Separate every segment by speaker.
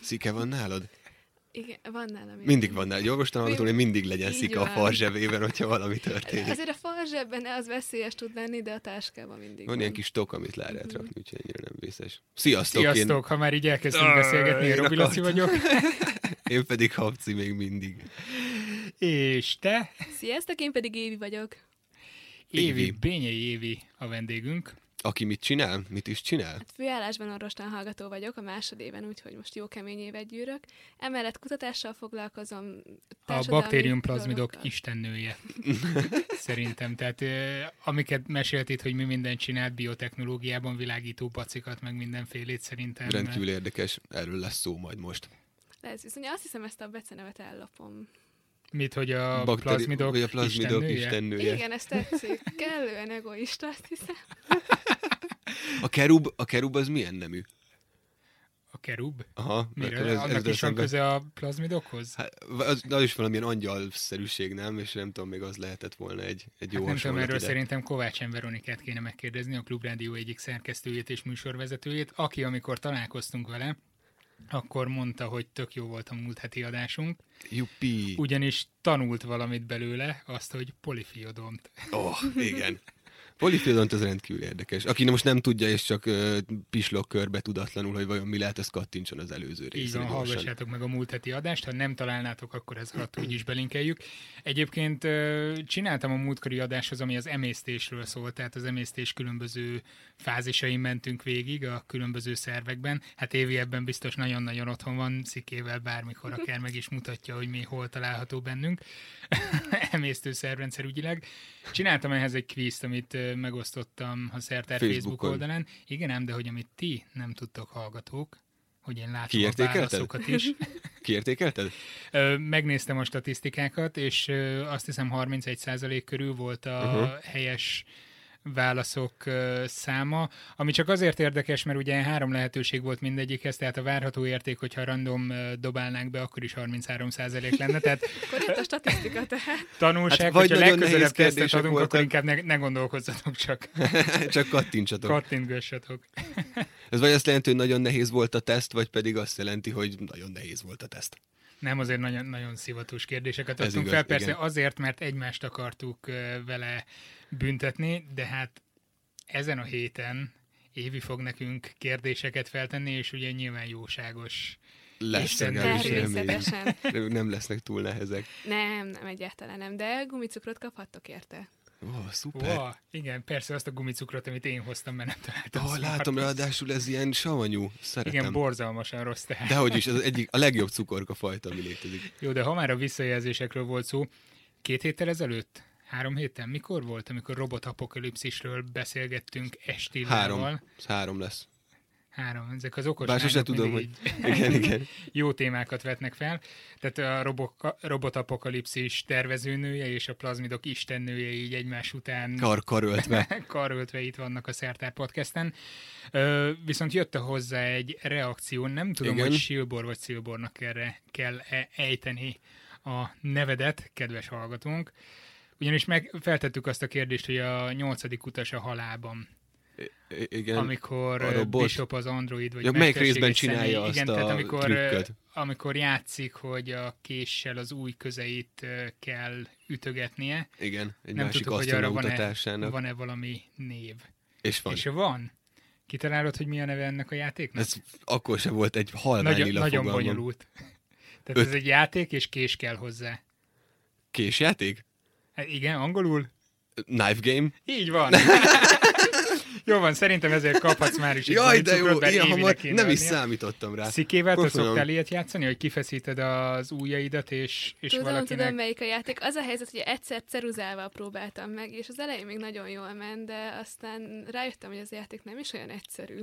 Speaker 1: Szike van nálad?
Speaker 2: Igen, van nálam. ilyen.
Speaker 1: Mindig van nálad. Jól most hallgatom, hogy mindig legyen
Speaker 2: Így
Speaker 1: szika a
Speaker 2: van.
Speaker 1: farzsebében, hogyha valami történik.
Speaker 2: Azért a falzsebben az veszélyes tud lenni, de a táskában mindig
Speaker 1: Van ilyen kis tok, amit le lehet rakni, úgyhogy ennyire nem vészes. Sziasztok! Sziasztok.
Speaker 3: Sziasztok, ha már így elkezdtünk
Speaker 1: Ö,
Speaker 3: beszélgetni, én
Speaker 1: én
Speaker 3: Robi Laci
Speaker 1: akartam.
Speaker 3: vagyok,
Speaker 1: Én, én pedig Habci még mindig.
Speaker 3: és te,
Speaker 2: Sziasztok, én pedig Évi vagyok.
Speaker 3: Évi,
Speaker 1: Évi.
Speaker 3: Bényei Évi a vendégünk.
Speaker 1: Aki mit csinál? Mit is csinál?
Speaker 2: Hát főállásban orvostan hallgató vagyok a másodéven, úgyhogy most jó kemény évet gyűrök. Emellett kutatással foglalkozom.
Speaker 3: A
Speaker 2: társadalmi
Speaker 3: baktériumplazmidok
Speaker 2: dolgokkal.
Speaker 3: istennője, szerintem. Tehát ö, amiket mesélt itt, hogy mi mindent csinált biotechnológiában, világító pacikat, meg mindenfélét szerintem.
Speaker 1: Rendkívül érdekes, erről lesz szó majd most.
Speaker 2: Lesz, viszont azt hiszem ezt a becenevet ellopom.
Speaker 3: Mit, hogy a
Speaker 1: Bakteri-
Speaker 3: plazmidok,
Speaker 1: vagy a plazmidok
Speaker 3: istennője?
Speaker 1: istennője.
Speaker 2: Igen, Igen ez tetszik. Kellően egoista, azt hiszem.
Speaker 1: A kerub, a kerub az milyen nemű?
Speaker 3: A kerub?
Speaker 1: Aha,
Speaker 3: Mire?
Speaker 1: nekem ez- ez
Speaker 3: Annak
Speaker 1: jut
Speaker 3: is van
Speaker 1: eszembe.
Speaker 3: köze a plazmidokhoz?
Speaker 1: Hát, az, az is valamilyen angyalszerűség, nem? És nem tudom, még az lehetett volna egy, egy jó
Speaker 3: Hát nem tudom,
Speaker 1: hasonlat
Speaker 3: erről
Speaker 1: ide.
Speaker 3: szerintem Kovács Veronikát kéne megkérdezni, a Klubrádió egyik szerkesztőjét és műsorvezetőjét, aki amikor találkoztunk vele, akkor mondta, hogy tök jó volt a múlt heti adásunk,
Speaker 1: Juppi!
Speaker 3: ugyanis tanult valamit belőle, azt, hogy polifiodomt.
Speaker 1: Oh, igen. Polifidont az rendkívül érdekes. Aki most nem tudja, és csak uh, pislog körbe tudatlanul, hogy vajon mi lehet, az kattintson az előző
Speaker 3: Így
Speaker 1: részre
Speaker 3: van,
Speaker 1: gyorsan.
Speaker 3: hallgassátok meg a múlt heti adást, ha nem találnátok, akkor ezeket úgy is belinkeljük. Egyébként ö, csináltam a múltkori adáshoz, ami az emésztésről szólt, tehát az emésztés különböző fázisain mentünk végig a különböző szervekben. Hát Évi ebben biztos nagyon-nagyon otthon van, szikével bármikor akár meg is mutatja, hogy mi hol található bennünk emésztő szervrendszer ügyileg. Csináltam ehhez egy kvízt, amit ö, megosztottam a Szertár Facebook, Facebook
Speaker 1: Facebookon.
Speaker 3: oldalán. Igen ám, de hogy amit ti nem tudtok hallgatók, hogy én látom a
Speaker 1: Kiértékelted?
Speaker 3: válaszokat is.
Speaker 1: Kiértékelted?
Speaker 3: Ö, Megnéztem a statisztikákat, és ö, azt hiszem 31% körül volt a uh-huh. helyes válaszok ö, száma, ami csak azért érdekes, mert ugye három lehetőség volt mindegyikhez, tehát a várható érték, hogyha random ö, dobálnánk be, akkor is 33% lenne, tehát
Speaker 2: Korrekt a statisztika tehát.
Speaker 3: tanulság, hát
Speaker 1: Hát
Speaker 3: vagy
Speaker 1: vagy
Speaker 3: hogyha
Speaker 1: nagyon nehéz
Speaker 3: legközelebb tesztet
Speaker 1: kérdések
Speaker 3: adunk,
Speaker 1: voltak.
Speaker 3: akkor inkább ne, ne gondolkozzatok csak,
Speaker 1: csak kattintsatok.
Speaker 3: kattintgassatok.
Speaker 1: Ez vagy azt jelenti, hogy nagyon nehéz volt a teszt, vagy pedig azt jelenti, hogy nagyon nehéz volt a teszt.
Speaker 3: Nem, azért nagyon, nagyon szivatós kérdéseket
Speaker 1: Ez
Speaker 3: adtunk
Speaker 1: igaz,
Speaker 3: fel, persze
Speaker 1: igen.
Speaker 3: azért, mert egymást akartuk ö, vele büntetni, de hát ezen a héten Évi fog nekünk kérdéseket feltenni, és ugye nyilván jóságos.
Speaker 1: Lesz
Speaker 3: Isten
Speaker 1: legalábbis remény.
Speaker 2: Természetesen.
Speaker 1: Nem lesznek túl nehezek.
Speaker 2: Nem, nem egyáltalán nem, de gumicukrot kaphattok érte.
Speaker 1: Ó, szuper.
Speaker 3: Wow, igen, persze azt a gumicukrot, amit én hoztam, mert nem találtam. szóval.
Speaker 1: Oh, látom, ráadásul ez ilyen savanyú. Szeretem.
Speaker 3: hát Igen, borzalmasan rossz tehát.
Speaker 1: Dehogy is, ez egyik, a legjobb cukorka fajta, ami létezik.
Speaker 3: Jó, de ha már a visszajelzésekről volt szó, két héttel ezelőtt? Három héten? Mikor volt, amikor robotapokalipszisről beszélgettünk Estillával?
Speaker 1: Három. Ez három lesz.
Speaker 3: Három, ezek az okos
Speaker 1: Bár sose
Speaker 3: lányok
Speaker 1: tudom, hogy...
Speaker 3: mindig
Speaker 1: Igen, igen.
Speaker 3: így jó témákat vetnek fel. Tehát a robok, robotapokalipszis tervezőnője és a plazmidok istennője így egymás után
Speaker 1: Kar karöltve.
Speaker 3: karöltve itt vannak a Szertár Podcasten. Ö, viszont jött hozzá egy reakció, nem tudom,
Speaker 1: Igen.
Speaker 3: hogy Silbor vagy Silbornak erre kell ejteni a nevedet, kedves hallgatónk. Ugyanis meg feltettük azt a kérdést, hogy a nyolcadik utas a halában
Speaker 1: I- Igen.
Speaker 3: amikor
Speaker 1: a
Speaker 3: ö,
Speaker 1: robot.
Speaker 3: Bishop az android, vagy
Speaker 1: Ja, melyik
Speaker 3: mesterséges
Speaker 1: részben csinálja
Speaker 3: személy.
Speaker 1: azt
Speaker 3: Igen, tehát
Speaker 1: a
Speaker 3: amikor, ö,
Speaker 1: trükköt?
Speaker 3: amikor játszik, hogy a késsel az új közeit ö, kell ütögetnie.
Speaker 1: Igen, egy
Speaker 3: Nem
Speaker 1: másik
Speaker 3: tudtuk, hogy arra van-e,
Speaker 1: asztalomutatásának.
Speaker 3: van-e valami név.
Speaker 1: És van.
Speaker 3: És van. Kitalálod, hogy mi a neve ennek a játéknak?
Speaker 1: Ez akkor sem volt egy halvány
Speaker 3: nagyon,
Speaker 1: lila
Speaker 3: nagyon
Speaker 1: fogalmam.
Speaker 3: bonyolult. Tehát
Speaker 1: Öt.
Speaker 3: ez egy játék, és kés kell hozzá.
Speaker 1: Késjáték?
Speaker 3: Hát igen, angolul?
Speaker 1: Knife game?
Speaker 3: Így van. jó van, szerintem ezért kaphatsz már is egy
Speaker 1: Jaj, de
Speaker 3: gumicukrot,
Speaker 1: jó,
Speaker 3: bár
Speaker 1: ilyen
Speaker 3: Évinek
Speaker 1: hamar
Speaker 3: kéne
Speaker 1: nem is
Speaker 3: adnia.
Speaker 1: számítottam rá.
Speaker 3: Szikével te
Speaker 1: hát Köszönöm.
Speaker 3: szoktál ilyet játszani, hogy kifeszíted az ujjaidat, és, és
Speaker 2: tudom,
Speaker 3: valakinek...
Speaker 2: tudom, melyik a játék. Az a helyzet, hogy egyszer ceruzával próbáltam meg, és az elején még nagyon jól ment, de aztán rájöttem, hogy az játék nem is olyan egyszerű.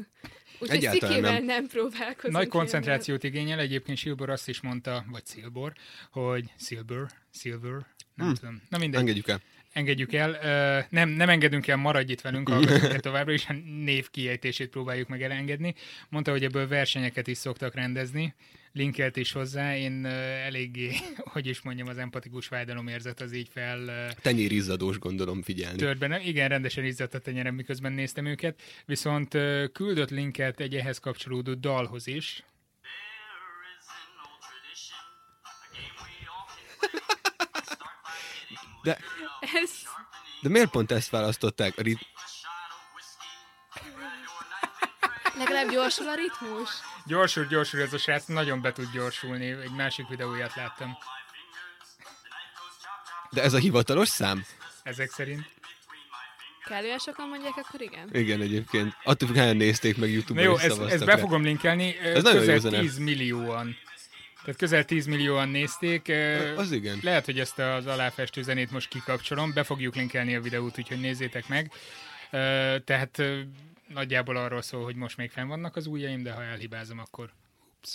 Speaker 2: Úgyhogy
Speaker 1: Egyáltalán
Speaker 2: szikével
Speaker 1: nem.
Speaker 2: nem, nem próbálkozunk.
Speaker 3: Nagy
Speaker 2: jövőre.
Speaker 3: koncentrációt igényel, egyébként Silbor azt is mondta, vagy Silbor, hogy Silver, Silver, nem
Speaker 1: Hmm.
Speaker 3: tudom. Na mindegy,
Speaker 1: Engedjük el.
Speaker 3: engedjük el. Ö, nem, nem engedünk el, maradj itt velünk, hallgatunk továbbra, és a név kiejtését próbáljuk meg elengedni. Mondta, hogy ebből versenyeket is szoktak rendezni, linkelt is hozzá, én ö, eléggé, hogy is mondjam, az empatikus vájdalomérzet az így fel... ö,
Speaker 1: Tenyérizzadós gondolom figyelni.
Speaker 3: tört be, nem? Igen, rendesen izzadt a tenyerem, miközben néztem őket. Viszont ö, küldött linket egy ehhez kapcsolódó dalhoz is.
Speaker 4: There is
Speaker 1: De,
Speaker 2: Ez
Speaker 1: de miért pont ezt választották? A rit-
Speaker 2: legalább gyorsul a ritmus.
Speaker 3: Gyorsul, gyorsul ez a srác, nagyon be tud gyorsulni. Egy másik videóját láttam
Speaker 1: de ez a hivatalos szám?
Speaker 3: ezek szerint.
Speaker 2: Kellően sokan mondják, akkor igen.
Speaker 1: Igen, egyébként. Attól függ, hányan nézték meg
Speaker 3: Na
Speaker 1: YouTube-on,
Speaker 3: jó,
Speaker 1: és
Speaker 3: ezt,
Speaker 1: szavaztak
Speaker 3: ezt
Speaker 1: rá.
Speaker 3: be fogom linkelni. Ez
Speaker 1: Ez nagyon jó
Speaker 3: közel
Speaker 1: zene.
Speaker 3: 10 millióan. Tehát közel 10 millióan nézték. Ö,
Speaker 1: Az igen.
Speaker 3: Lehet, hogy ezt az aláfestő zenét most kikapcsolom. Be fogjuk linkelni a videót, úgyhogy nézzétek meg. Ö, Tehát ö, nagyjából arról szól, hogy most még fenn vannak az ujjaim, de ha elhibázom, akkor...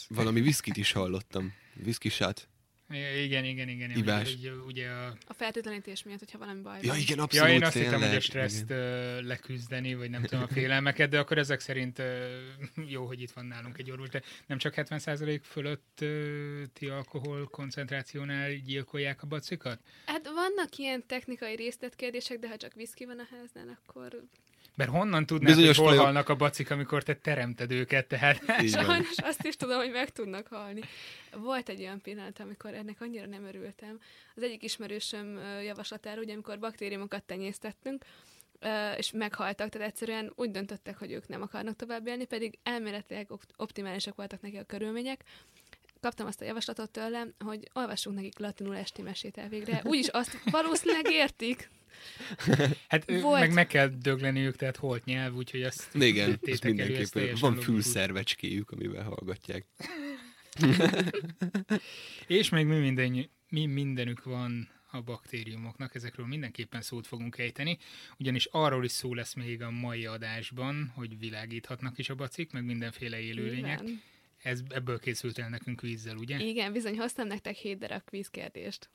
Speaker 1: Valami viszkit is hallottam. Viszkisát.
Speaker 3: I- Igen, igen, igen. igen.
Speaker 1: Ivás.
Speaker 3: Ugye, ugye a...
Speaker 2: A feltétlenítés miatt, hogyha valami baj
Speaker 1: Ja,
Speaker 2: van.
Speaker 1: igen, abszolút
Speaker 3: Ja, én azt
Speaker 1: tényleg.
Speaker 3: hittem, hogy
Speaker 1: Igen.
Speaker 3: a stresszt ö, leküzdeni, vagy nem tudom, a félelmeket, de akkor ezek szerint ö, jó, hogy itt van nálunk egy orvos, de nem csak 70% fölött ö, ti alkohol koncentrációnál gyilkolják a bacikat?
Speaker 2: Hát vannak ilyen technikai részletkérdések, de ha csak viszki van a háznál, akkor
Speaker 3: Mert honnan tudnád, Bizonyos
Speaker 1: Bizonyos
Speaker 3: hogy hol
Speaker 1: fajok-
Speaker 3: halnak a bacik, amikor te teremted őket, tehát...
Speaker 1: Így van.
Speaker 2: Sajnos azt is tudom, hogy meg tudnak halni. Volt egy olyan pillanat, amikor ennek annyira nem örültem. Az egyik ismerősöm ö, javaslatára, ugye amikor baktériumokat tenyésztettünk, ö, és meghaltak, tehát egyszerűen úgy döntöttek, hogy ők nem akarnak tovább élni, pedig elméletileg op- optimálisak voltak neki a körülmények. Kaptam azt a javaslatot tőlem, hogy olvassunk nekik latinul esti mesét el végre. Úgyis azt valószínűleg értik.
Speaker 3: Hát ö,
Speaker 2: Volt.
Speaker 3: meg meg kell dögleniük, tehát holt nyelv, úgyhogy azt
Speaker 1: Igen, ez
Speaker 3: tétek elő, ez
Speaker 1: mindenképpen.
Speaker 3: teljesen
Speaker 1: Van
Speaker 3: logikus.
Speaker 1: fülszervecskéjük, amivel hallgatják.
Speaker 3: És még mi, minden, mi mindenük van a baktériumoknak, ezekről mindenképpen szót fogunk ejteni, ugyanis arról is szó lesz még a mai adásban, hogy világíthatnak is a bacik, meg mindenféle élőlények.
Speaker 2: Nyilván.
Speaker 3: Ez, ebből készült el nekünk vízzel, ugye?
Speaker 2: Igen, bizony hoztam nektek hét darab kvízkérdést.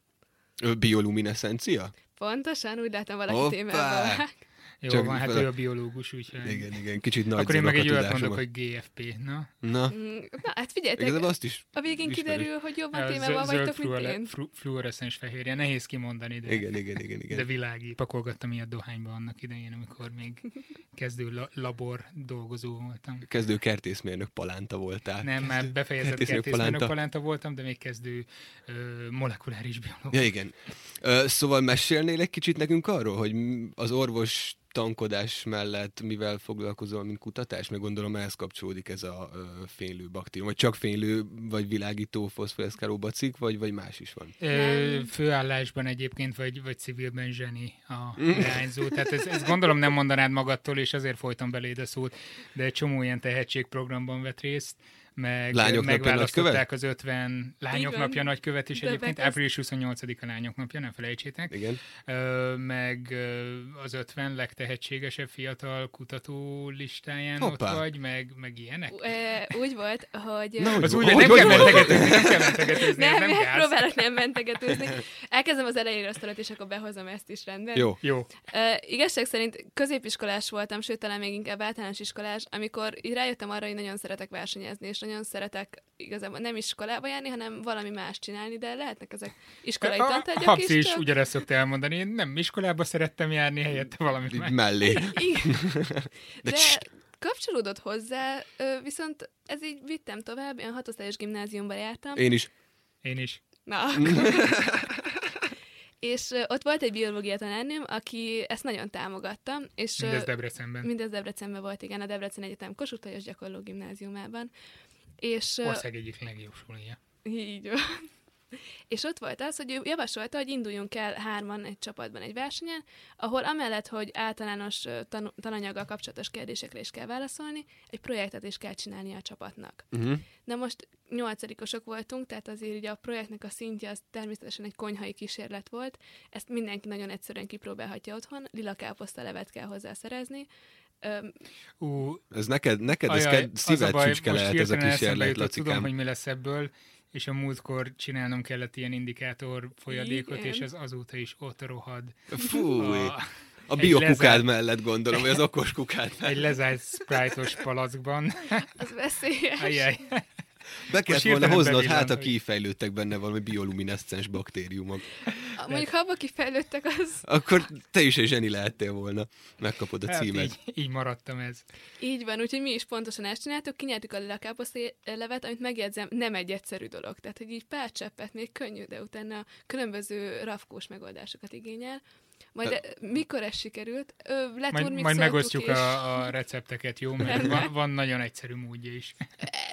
Speaker 1: Ö, Bioluminescencia?
Speaker 2: Pontosan, úgy látom valaki
Speaker 1: Hoppá!
Speaker 2: témában vág.
Speaker 3: Jó
Speaker 1: Csak
Speaker 3: van, hát
Speaker 1: fel-
Speaker 3: ő a biológus, úgyhogy...
Speaker 1: Igen, igen, kicsit nagy
Speaker 3: Akkor én meg
Speaker 1: zalak
Speaker 3: egy
Speaker 1: a
Speaker 3: olyat
Speaker 1: tudásom.
Speaker 3: mondok, hogy GFP, na?
Speaker 1: Na,
Speaker 2: Mm, Na, hát figyeljetek,
Speaker 1: igazából azt is...
Speaker 2: a végén
Speaker 1: ismerős.
Speaker 2: kiderül, hogy jobban
Speaker 3: A
Speaker 2: témában
Speaker 3: zö-
Speaker 2: vagytok, mint
Speaker 3: fluore-
Speaker 2: én.
Speaker 3: flu- fluoreszens fehérje, nehéz kimondani, de...
Speaker 1: Igen, igen, igen, igen.
Speaker 3: De világi. Pakolgattam ilyet dohányba annak idején, amikor még kezdő la- labor dolgozó voltam.
Speaker 1: Kezdő kertészmérnök palánta voltál.
Speaker 3: Nem, már befejezett
Speaker 1: kertészmérnök
Speaker 3: kertészmérnök
Speaker 1: palánta.
Speaker 3: palánta voltam, de még kezdő ö, molekuláris biológus.
Speaker 1: Ja, igen. Ö, szóval mesélnél egy kicsit nekünk arról, hogy m- az orvos tankodás mellett mivel foglalkozol, mint kutatás? Meg gondolom ehhez kapcsolódik ez a ö, fénylő baktérium. Vagy csak fénylő, vagy világító foszforeszkáló bacik, vagy, vagy más is van?
Speaker 3: Ö,
Speaker 2: Nem.
Speaker 3: főállásban egyébként, vagy, vagy civilben zseni a
Speaker 1: Mm.
Speaker 3: irányzó. Tehát ezt, ezt gondolom nem mondanád magadtól, és azért folytam beléd a szót, de egy csomó ilyen tehetségprogramban vett részt, meg
Speaker 1: Lányok napja
Speaker 3: megválasztották az 50 lányok
Speaker 2: Így van.
Speaker 3: napja nagykövet is
Speaker 2: De hát
Speaker 3: egyébként,
Speaker 2: meg az-
Speaker 3: április 28-a lányok napja, ne felejtsétek.
Speaker 1: Igen.
Speaker 3: Ö, meg ö, az 50 legtehetségesebb fiatal kutató listáján
Speaker 1: Hoppá.
Speaker 3: ott vagy, meg, meg ilyenek.
Speaker 2: Ú- e, Úgy volt, hogy...
Speaker 1: Na, hogy
Speaker 3: Az
Speaker 1: Hogy-
Speaker 3: úgy, hogy nem
Speaker 1: hogy-
Speaker 3: kell
Speaker 1: hogy-
Speaker 3: mentegetőzni, nem kell mentegetőzni, ez
Speaker 2: Nem,
Speaker 3: nem
Speaker 2: nem
Speaker 3: gáz.
Speaker 2: próbálok nem mentegetőzni. Elkezdem az elejéről a sztorit, és akkor behozom ezt is rendben.
Speaker 1: Jó.
Speaker 3: Jó.
Speaker 2: Ö, igazság szerint középiskolás voltam, sőt, talán még inkább általános iskolás, amikor így rájöttem arra, hogy nagyon szeretek versenyezni, és nagyon szeretek igazából nem iskolába járni, hanem valami más csinálni, de lehetnek ezek iskolai
Speaker 3: A
Speaker 2: tantárgyak
Speaker 3: Hát, Habsz
Speaker 2: is.
Speaker 3: is
Speaker 2: tök-
Speaker 3: ugyanezt szokta elmondani, én nem iskolába szerettem járni, helyette valami
Speaker 1: Így
Speaker 3: más.
Speaker 1: mellé.
Speaker 2: Igen.
Speaker 1: De
Speaker 2: De
Speaker 1: csst!
Speaker 2: kapcsolódott hozzá, ö, viszont ez így vittem tovább, én hatosztályos gimnáziumba jártam.
Speaker 1: Én is.
Speaker 3: Én is.
Speaker 2: Na, akkor. és ö, ott volt egy biológia tanárnőm, aki ezt nagyon támogatta, és ö,
Speaker 3: Mindez Debrecenben.
Speaker 2: mindez Debrecenben volt, igen, a Debrecen Egyetem Kossuth Lajos gyakorló gimnáziumában. És ö,
Speaker 3: Ország egyik legjobb sulia.
Speaker 2: így van. És ott volt az, hogy ő javasolta, hogy induljunk el hárman egy csapatban egy versenyen, ahol amellett, hogy általános ö, tan- tananyaggal kapcsolatos kérdésekre is kell válaszolni, egy projektet is kell csinálni a csapatnak.
Speaker 1: Uh-huh.
Speaker 2: Na most nyolcadikosok voltunk, tehát azért ugye a projektnek a szintje az természetesen egy konyhai kísérlet volt. Ezt mindenki nagyon egyszerűen kipróbálhatja otthon. Lila káposzta levet kell hozzá szerezni. Öm,
Speaker 3: Ú,
Speaker 1: Ez neked, neked ez
Speaker 3: ajaj,
Speaker 1: ked, szíved csücske
Speaker 3: most
Speaker 1: lehet ez a
Speaker 3: hirtelen eszembe
Speaker 1: kísérlet,
Speaker 3: jutott, tudom,
Speaker 1: Lacikám.
Speaker 3: hogy mi lesz ebből, és a múltkor csinálnom kellett ilyen indikátor folyadékot,
Speaker 2: Igen.
Speaker 3: és ez azóta is ott rohad.
Speaker 1: Fúj!
Speaker 3: A-
Speaker 1: A
Speaker 3: egy
Speaker 1: biokukád
Speaker 3: lezárt-
Speaker 1: mellett gondolom, vagy az okos kukád
Speaker 3: Egy
Speaker 1: mellett.
Speaker 3: lezárt sprite-os palackban.
Speaker 2: az veszélyes.
Speaker 3: Ajaj.
Speaker 1: Be kellett
Speaker 3: hirtelen
Speaker 1: volna hoznod,
Speaker 3: bevillant,
Speaker 1: hát a
Speaker 3: hogy-
Speaker 1: kifejlődtek benne valami biolumineszcens baktériumok.
Speaker 2: Mondjuk, ha abba kifejlődtek, az
Speaker 1: Akkor te is egy zseni lehettél volna. Megkapod a
Speaker 3: Hát
Speaker 1: címet.
Speaker 3: így, így maradtam ez.
Speaker 2: így van, úgyhogy mi is pontosan ezt csináltuk, kinyertük a lilakáposzlevet, amit megjegyzem, nem egy egyszerű dolog. Tehát, hogy így pár cseppet még könnyű, de utána különböző rafkós megoldásokat igényel. Majd e, mikor ez sikerült? Ö,
Speaker 3: Majd,
Speaker 2: leturmixoltuk
Speaker 3: majd megosztjuk
Speaker 2: és...
Speaker 3: a, a recepteket, jó? Mert van, van nagyon egyszerű módja is.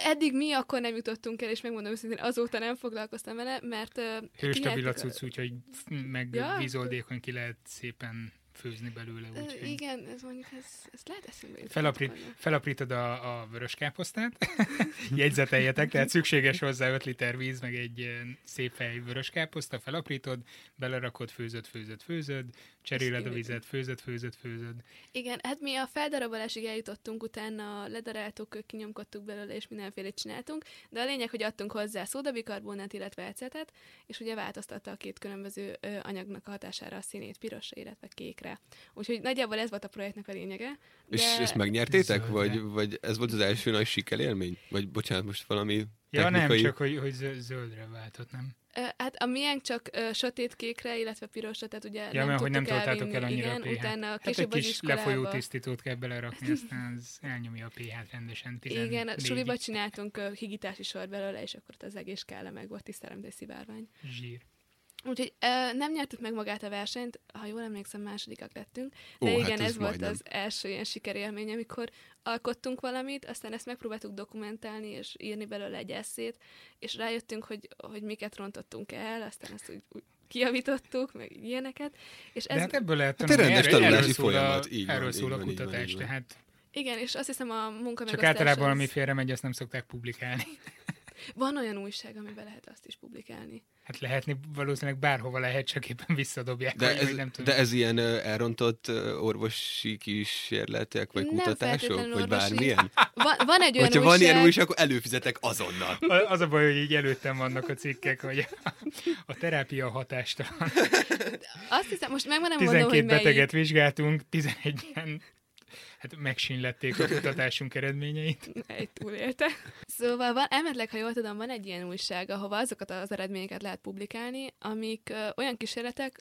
Speaker 2: Eddig mi akkor nem jutottunk el, és megmondom őszintén, azóta nem foglalkoztam vele, mert... ö,
Speaker 3: Hőstabil a
Speaker 2: kinyertük
Speaker 3: cucc, úgyhogy f- meg
Speaker 2: hát Ja.
Speaker 3: ja. vízoldékony ki lehet szépen főzni belőle.
Speaker 2: Ö,
Speaker 3: Úgyhogy.
Speaker 2: Igen, ez mondjuk, ez, ez lehet eszembe jutott
Speaker 3: Felapri,
Speaker 2: volna.
Speaker 3: felaprítod a, a vörös káposztát, jegyzeteljetek, tehát szükséges hozzá 5 liter víz, meg egy ilyen szép fej vörös káposzta, felaprítod, belerakod, főzöd, főzöd, főzöd, cseréled a
Speaker 2: kivegy.
Speaker 3: vizet, főzöd, főzöd, főzöd.
Speaker 2: Igen, hát mi a feldarabolásig eljutottunk, utána ledaráltuk, kinyomkodtuk belőle, és mindenfélét csináltunk, de a lényeg, hogy adtunk hozzá szódabikarbonát, illetve ecetet, és ugye változtatta a két különböző ö, anyagnak a hatására a színét, pirosra, illetve kékre. Úgyhogy nagyjából ez volt a projektnek a lényege. De...
Speaker 1: És ezt megnyertétek?
Speaker 3: Zöldre.
Speaker 1: Vagy, vagy ez volt az első nagy sikerélmény? Vagy bocsánat, most valami
Speaker 3: Ja,
Speaker 1: technikai...
Speaker 3: nem, csak hogy, hogy zö- zöldre váltott, nem?
Speaker 2: Ö, Hát a miénk csak ö, sötétkékre, illetve pirosra, tehát ugye
Speaker 3: Ja, mert hogy nem
Speaker 2: Hát tudtuk
Speaker 3: toltátok
Speaker 2: elvinni.
Speaker 3: el annyira
Speaker 2: Igen,
Speaker 3: a pH-t.
Speaker 2: utána
Speaker 3: Hát egy
Speaker 2: később az
Speaker 3: kis lefolyó
Speaker 2: iskolába.
Speaker 3: tisztítót kell belerakni, aztán az elnyomja a pH-t rendesen. 14.
Speaker 2: Igen, a suliba csináltunk ö, higítási sor belőle, és akkor ott az egész skála meg volt tisztára, mint egy szivárvány.
Speaker 3: Zsír.
Speaker 2: Úgyhogy ö, nem nyertük meg magát a versenyt, ha jól emlékszem, másodikak lettünk. De
Speaker 1: Ó, hát
Speaker 2: igen,
Speaker 1: ez
Speaker 2: ez volt
Speaker 1: majdnem.
Speaker 2: az első ilyen sikerélmény, amikor alkottunk valamit, aztán ezt megpróbáltuk dokumentálni és írni belőle egy eszét, és rájöttünk, hogy, hogy miket rontottunk el, aztán ezt úgy, úgy kijavítottuk, meg ilyeneket. És ez,
Speaker 3: De hát ebből lehet
Speaker 1: Hát egy rendes
Speaker 3: Erről- erről
Speaker 1: tanulási
Speaker 3: szól a-
Speaker 1: folyamat, így van,
Speaker 3: Erről
Speaker 1: így
Speaker 3: szól a
Speaker 1: van, így van, így
Speaker 3: kutatás,
Speaker 1: van.
Speaker 3: tehát
Speaker 2: Igen, és azt hiszem a munka
Speaker 3: Csak
Speaker 2: megosztás
Speaker 3: általában,
Speaker 2: az-
Speaker 3: ami félremegy, azt nem szokták publikálni.
Speaker 2: Van olyan újság, amiben lehet azt is publikálni.
Speaker 3: Hát lehetni valószínűleg bárhova lehet, csak éppen visszadobják.
Speaker 1: De
Speaker 3: vagy- vagy
Speaker 1: ez,
Speaker 3: nem tudom.
Speaker 1: de ez ilyen ö, elrontott ö, orvosi kísérletek, vagy
Speaker 2: Nem
Speaker 1: kutatások,
Speaker 2: feltétlenül
Speaker 1: vagy
Speaker 2: orvosi.
Speaker 1: bármilyen?
Speaker 2: Van, van egy olyan
Speaker 1: Hogyha
Speaker 2: újság,
Speaker 1: van ilyen újság, akkor előfizetek azonnal.
Speaker 3: A- Az a baj, hogy így előttem vannak a cikkek, hogy a, a terápia hatástalan.
Speaker 2: azt hiszem, most meg már nem mondom,
Speaker 3: 12
Speaker 2: hogy melyik.
Speaker 3: beteget vizsgáltunk, 11-en hát megsínlették a kutatásunk eredményeit.
Speaker 2: Egy túlélte. Szóval van, elmedleg, ha jól tudom, van egy ilyen újság, ahova azokat az eredményeket lehet publikálni, amik ö, olyan kísérletek,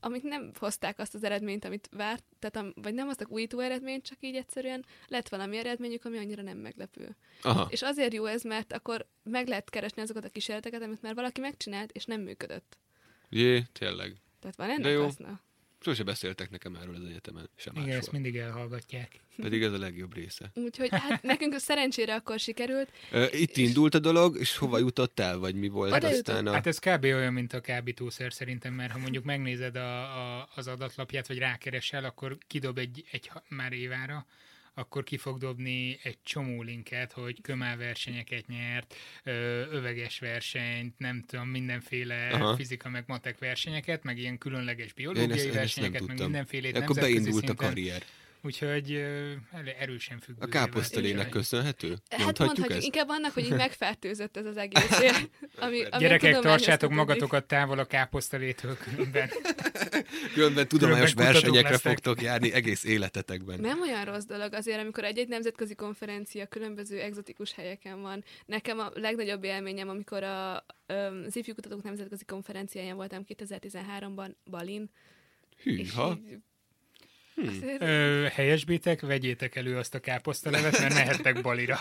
Speaker 2: amik nem hozták azt az eredményt, amit várt, tehát am, vagy nem hoztak újító eredményt, csak így egyszerűen lett valami eredményük, ami annyira nem meglepő.
Speaker 1: Aha.
Speaker 2: És azért jó ez, mert akkor meg lehet keresni azokat a kísérleteket, amit már valaki megcsinált, és nem működött.
Speaker 1: Jé, tényleg.
Speaker 2: Tehát van ennek
Speaker 1: De jó.
Speaker 2: haszna.
Speaker 1: Sose beszéltek nekem erről az egyetemen, sem
Speaker 3: Igen, ezt
Speaker 1: máshol.
Speaker 3: mindig elhallgatják.
Speaker 1: Pedig ez a legjobb része.
Speaker 2: Úgyhogy hát nekünk szerencsére akkor sikerült.
Speaker 1: Ö, Itt indult a dolog, és hova jutott el, vagy mi volt
Speaker 2: Hát ez-
Speaker 1: aztán a...
Speaker 3: Hát ez kb. olyan, mint a kábítószer szerintem, mert ha mondjuk megnézed a, a, az adatlapját, vagy rákeresel, akkor kidob egy, egy ha- már évára, akkor ki fog dobni egy csomó linket, hogy kömál versenyeket nyert, ö, öveges versenyt, nem tudom, mindenféle
Speaker 1: Aha.
Speaker 3: Aha. fizika meg matek versenyeket, meg ilyen különleges
Speaker 1: Én
Speaker 3: biológiai
Speaker 1: ezt, én ezt nem
Speaker 3: versenyeket, meg
Speaker 1: tudtam.
Speaker 3: mindenfélét
Speaker 1: Akkor
Speaker 3: nemzetközi
Speaker 1: beindult a
Speaker 3: szinten.
Speaker 1: karrier.
Speaker 3: Úgyhogy ö, elő- erősen függ.
Speaker 1: A káposztelének köszönhető?
Speaker 2: Hát
Speaker 1: Mondhatjuk
Speaker 2: mondhatjuk,
Speaker 1: ezt?
Speaker 2: inkább annak, hogy így megfertőzött ez az egész. ami- ami, a
Speaker 3: Gyerekek,
Speaker 2: tudományhoz
Speaker 3: tartsátok
Speaker 2: kötődik.
Speaker 3: magatokat távol a káposztelétől különben.
Speaker 1: Különben tudományos
Speaker 3: kutatók
Speaker 1: versenyekre
Speaker 3: lesznek.
Speaker 1: fogtok járni egész életetekben.
Speaker 2: Nem olyan rossz dolog azért, amikor egy-egy nemzetközi konferencia különböző egzotikus helyeken van. Nekem a legnagyobb élményem, amikor a, öm, az ifjúkutatók nemzetközi konferenciáján voltam 2013-ban Balin.
Speaker 1: Hűha.
Speaker 2: így-
Speaker 1: Hm.
Speaker 2: Azért-
Speaker 3: Ö, helyesbítek, vegyétek elő azt a káposztalevet, mert mehettek balira.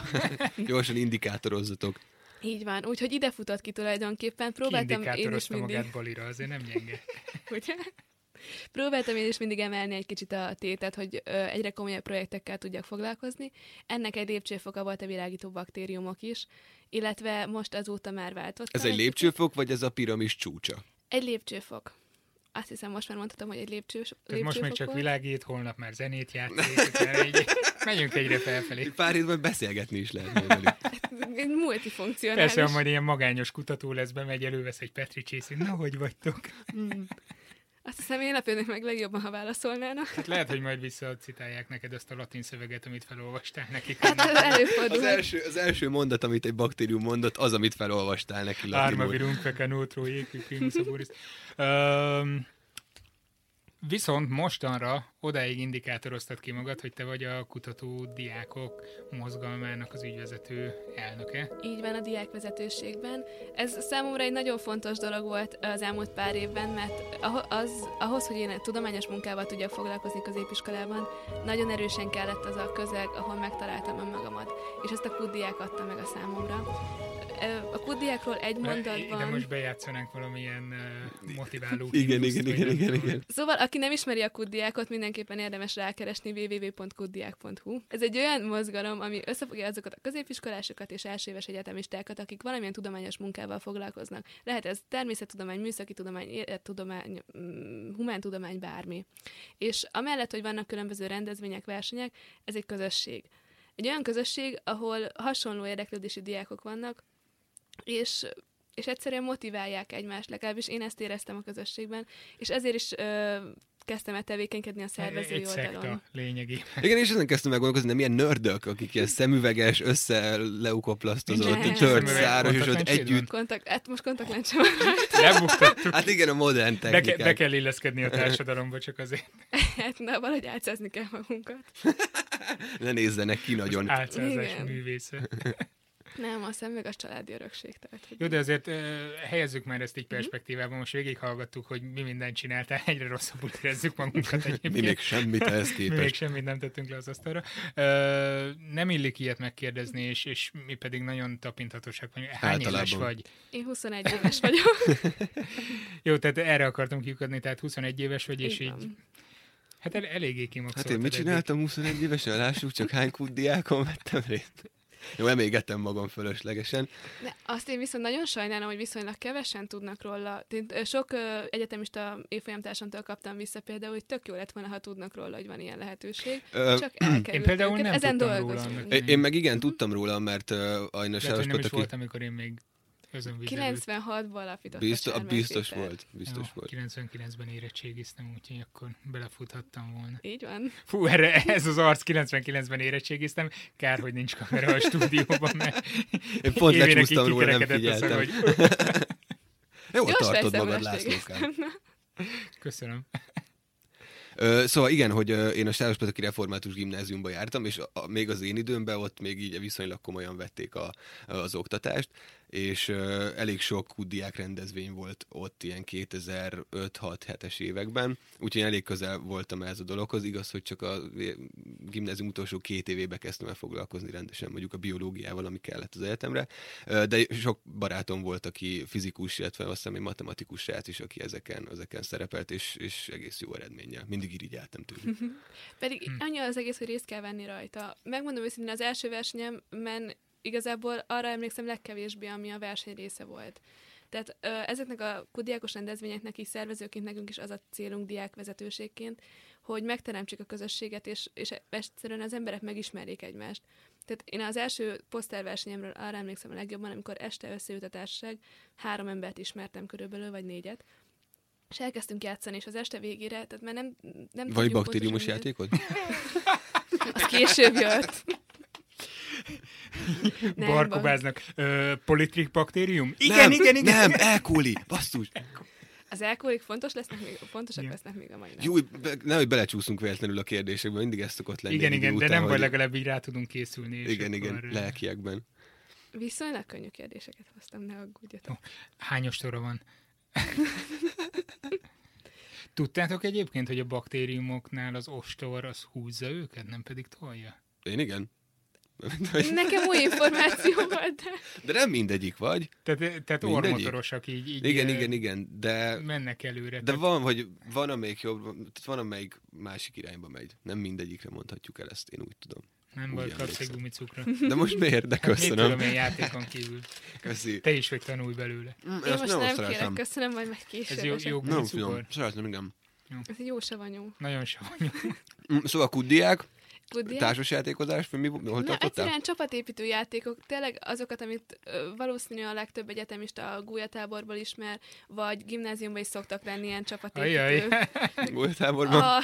Speaker 1: Gyorsan indikátorozzatok.
Speaker 2: Így van, úgyhogy ide futott ki tulajdonképpen. Próbáltam én is
Speaker 3: Indikátorozta
Speaker 2: mindig.
Speaker 3: magát balira, azért nem gyenge.
Speaker 2: ugye? Próbáltam én is mindig emelni egy kicsit a tétet, hogy ö, egyre komolyabb projektekkel tudjak foglalkozni. Ennek egy lépcsőfoka volt a világító baktériumok is, illetve most azóta már változtam.
Speaker 1: Ez egy lépcsőfok, vagy ez a piramis csúcsa?
Speaker 2: Egy lépcsőfok. Azt hiszem, most már mondhatom, hogy egy lépcsős,
Speaker 3: Tehát
Speaker 2: lépcsőfok
Speaker 3: most még csak
Speaker 2: volt.
Speaker 3: világít, holnap már zenét játszik, utána így megyünk egyre felfelé.
Speaker 1: Pár évben beszélgetni is lehet majd velük.
Speaker 2: Egy multifunkcionális.
Speaker 3: Persze, ha majd ilyen magányos kutató lesz, bemegy, elővesz egy Petri csészét, na, hogy vagytok?
Speaker 2: Azt hiszem, én lepődnék meg legjobban, ha válaszolnának.
Speaker 3: Hát lehet, hogy majd visszacitálják neked azt a latin szöveget, amit felolvastál nekik.
Speaker 2: Hát az
Speaker 1: Az
Speaker 2: előfordul.
Speaker 1: első, az első mondat, amit egy baktérium mondott, az, amit felolvastál neki latinul.
Speaker 3: Árma virunk, feken, útró, jékű, primus, a buris. Öm, Viszont mostanra odáig indikátoroztat ki magad, hogy te vagy a kutató diákok mozgalmának az ügyvezető elnöke.
Speaker 2: Így van a diákvezetőségben. Ez számomra egy nagyon fontos dolog volt az elmúlt pár évben, mert aho- az, ahhoz, hogy én tudományos munkával tudjak foglalkozni középiskolában, nagyon erősen kellett az a közeg, ahol megtaláltam önmagamat. És ezt a kuddiák adta meg a számomra. Ö, A kuddiákról egy mondatban...
Speaker 3: De most bejátszanánk valamilyen ö, motiváló
Speaker 1: Igen,
Speaker 3: himnuszt,
Speaker 1: igen,
Speaker 3: vagy
Speaker 1: igen,
Speaker 3: nem
Speaker 1: igen,
Speaker 3: tudom.
Speaker 1: igen.
Speaker 2: Szóval, aki nem ismeri a kuddiákot, mindenképpen érdemes rákeresni www.kuddiák.hu. Ez egy olyan mozgalom, ami összefogja azokat a középiskolásokat és elsőéves egyetemistákat, akik valamilyen tudományos munkával foglalkoznak. Lehet ez természettudomány, műszaki tudomány, élettudomány, mm, humántudomány, bármi. És amellett, hogy vannak különböző rendezvények, versenyek, ez egy közösség. Egy olyan közösség, ahol hasonló érdeklődési diákok vannak, és és egyszerűen motiválják egymást, legalábbis én ezt éreztem a közösségben, és ezért is ö, kezdtem el tevékenykedni a szervezői
Speaker 3: Egy szekta
Speaker 2: oldalon.
Speaker 3: lényegi.
Speaker 1: Igen, és ezen kezdtem el gondolkozni, nem ilyen nördök, akik ilyen szemüveges, összeleukoplasztozott,
Speaker 2: Nincs
Speaker 1: tört
Speaker 2: szemüveg,
Speaker 1: száros, és ott
Speaker 3: kontaktlencséd
Speaker 1: együtt.
Speaker 2: Kontakt, hát most kontaktlencsem.
Speaker 3: Lebuktattuk.
Speaker 1: Hát igen, a modern
Speaker 3: Be, ke- be
Speaker 1: technikák.
Speaker 3: kell illeszkedni a társadalomba, csak azért
Speaker 2: Hát, na, valahogy álcázni kell magunkat.
Speaker 1: Ne nézzenek ki nagyon.
Speaker 3: álcázás
Speaker 2: Igen.
Speaker 3: művésze.
Speaker 2: Nem, a szemüveg a családi örökség. Tehát, hogy...
Speaker 3: Jó, de azért ö, helyezzük már ezt
Speaker 1: Mhm.
Speaker 3: így perspektívában. Most végighallgattuk, hogy mi mindent csináltál, egyre rosszabbul érezzük magunkat egyébként.
Speaker 1: Mi még semmit ehhez
Speaker 3: Mi még
Speaker 1: képest.
Speaker 3: semmit nem tettünk le az asztalra. Ö, nem illik ilyet megkérdezni, és, és mi pedig nagyon tapintatosak vagyunk. Hány
Speaker 1: Általában.
Speaker 3: éves vagy?
Speaker 2: Én 21 éves vagyok.
Speaker 3: Jó, tehát erre akartam kiukadni, tehát 21 éves vagy, és
Speaker 2: Így
Speaker 3: így,
Speaker 2: van.
Speaker 3: hát el, eléggé kimokszoltad.
Speaker 1: Hát én mit
Speaker 3: eddig.
Speaker 1: csináltam 21 évesen? Lássuk csak hány kuddiákon vettem részt. Jó, emégettem magam fölöslegesen.
Speaker 2: De azt én viszont nagyon sajnálom, hogy viszonylag kevesen tudnak róla. Én ö, sok ö, egyetemista évfolyamtársamtól kaptam vissza például, hogy tök jó lett volna, ha tudnak róla, hogy van ilyen lehetőség.
Speaker 1: Ö,
Speaker 2: Csak elkerültem
Speaker 3: Én például
Speaker 2: őket.
Speaker 3: nem
Speaker 2: Ezen
Speaker 3: tudtam róla
Speaker 2: dolgozunk.
Speaker 3: annak.
Speaker 1: é- Én meg igen, tudtam róla, mert ö, Ajna
Speaker 3: Lehet, hogy
Speaker 1: Sáros
Speaker 3: nem is
Speaker 1: Pataki
Speaker 3: volt, amikor én még özönvizelőt.
Speaker 2: 96-ban alapított
Speaker 1: biztos, hát biztos volt. Biztos
Speaker 3: Jó,
Speaker 1: volt.
Speaker 3: 99-ben érettségiztem, úgyhogy akkor belefuthattam volna.
Speaker 2: Így van.
Speaker 3: Fú, erre, ez az arc 99-ben érettségiztem. Kár, hogy nincs kamera a stúdióban, mert
Speaker 1: Én pont
Speaker 3: évének így
Speaker 1: lecsúsztam róla, nem
Speaker 3: kikerekedett a szag,
Speaker 1: figyeltem.
Speaker 3: hogy
Speaker 1: Jó, tartod
Speaker 2: fejszemlést
Speaker 1: magad,
Speaker 2: végeztem.
Speaker 1: Lászlókám.
Speaker 3: Köszönöm.
Speaker 1: Ö, szóval igen, hogy ö, én a Sárospataki Református Gimnáziumba jártam, és a, a, még az én időmben ott még így viszonylag komolyan vették a, az oktatást, és ö, elég sok diák rendezvény volt ott ilyen 2005-6-7-es években, úgyhogy elég közel voltam ez a dologhoz. Igaz, hogy csak a vé- gimnázium utolsó két évébe kezdtem el foglalkozni rendesen, mondjuk a biológiával, ami kellett az egyetemre, Ö, de sok barátom volt, aki fizikus, illetve azt hiszem egy matematikus srác is, aki ezeken, ezeken szerepelt, és, és egész jó eredménnyel. Mindig irigyeltem tőlük.
Speaker 2: Pedig annyi az egész, hogy részt kell venni rajta. Megmondom őszintén, az első versenyemen igazából arra emlékszem legkevésbé, ami a verseny része volt. Tehát ö, ezeknek a kudiákos rendezvényeknek is szervezőként nekünk is az a célunk diákvezetőségként, hogy megteremtsük a közösséget, és, és egyszerűen az emberek megismerjék egymást. Tehát én az első poszterversenyemről arra emlékszem a legjobban, amikor este összejött a társaság, három embert ismertem körülbelül, vagy négyet, és elkezdtünk játszani, és az este végére, tehát már nem, nem
Speaker 1: Vagy
Speaker 2: tudjuk
Speaker 1: baktériumos
Speaker 2: pontosan, hogy-
Speaker 1: játékod?
Speaker 2: az később jött. Nem,
Speaker 3: Barkobáznak. Ö, politrik baktérium? Igen,
Speaker 1: nem,
Speaker 3: igen, igen.
Speaker 1: Nem, elkúli, basszus.
Speaker 2: Az elkólik fontos lesznek még, fontosak
Speaker 3: Igen.
Speaker 2: lesznek még a mai nap.
Speaker 1: Jó, be- nehogy belecsúszunk véletlenül a kérdésekbe, mindig ezt szokott lenni.
Speaker 3: Igen,
Speaker 1: egy idő
Speaker 3: igen, de
Speaker 1: után,
Speaker 3: nem baj,
Speaker 1: hogy-
Speaker 3: legalább így rá tudunk készülni. és
Speaker 1: Igen, igen,
Speaker 3: akkor, ö,
Speaker 1: lelkiekben.
Speaker 2: Viszonylag könnyű kérdéseket hoztam, ne aggódjatok.
Speaker 3: Hányos tora van? Tudtátok egyébként, hogy a baktériumoknál az ostor az húzza őket, nem pedig tolja?
Speaker 1: Én igen.
Speaker 2: Nekem új információ volt, de...
Speaker 1: De nem mindegyik vagy.
Speaker 3: Tehát, tehát
Speaker 1: Mindegyik?
Speaker 3: ormotorosak így, így
Speaker 1: Igen,
Speaker 3: ö,
Speaker 1: igen, igen, de...
Speaker 3: mennek előre.
Speaker 1: De
Speaker 3: De
Speaker 1: van, hogy van amelyik jobb, tehát van amelyik másik irányba megy. Nem mindegyikre mondhatjuk el ezt, én úgy tudom.
Speaker 3: nem baj,
Speaker 1: Úgy
Speaker 3: kapsz egy
Speaker 1: emlékszem.
Speaker 3: gumicukra.
Speaker 1: De most miért? De
Speaker 3: Mit Hát tudom
Speaker 1: köszönöm.
Speaker 3: én játékon kívül.
Speaker 1: Köszi.
Speaker 3: Te is, hogy tanulj belőle.
Speaker 2: Én most nem, kérek, köszönöm, majd meg később.
Speaker 3: Ez jó,
Speaker 2: esetleg.
Speaker 3: jó
Speaker 1: Nem finom.
Speaker 3: gumicukor.
Speaker 1: Szeretném, igen.
Speaker 2: Ez egy jó savanyú.
Speaker 3: Nagyon savanyú.
Speaker 1: Mm, Szóval kuddiák,
Speaker 2: Good
Speaker 1: társasjátékozás, vagy mi hol
Speaker 2: Na,
Speaker 1: tartottál?
Speaker 2: egyszerűen csapatépítő játékok, tényleg azokat, amit ö, valószínűleg a legtöbb egyetemista a gólyatáborból ismer, vagy gimnáziumban is szoktak lenni ilyen csapatépítő.
Speaker 3: Ajaj.
Speaker 1: Volt táborban?
Speaker 2: A,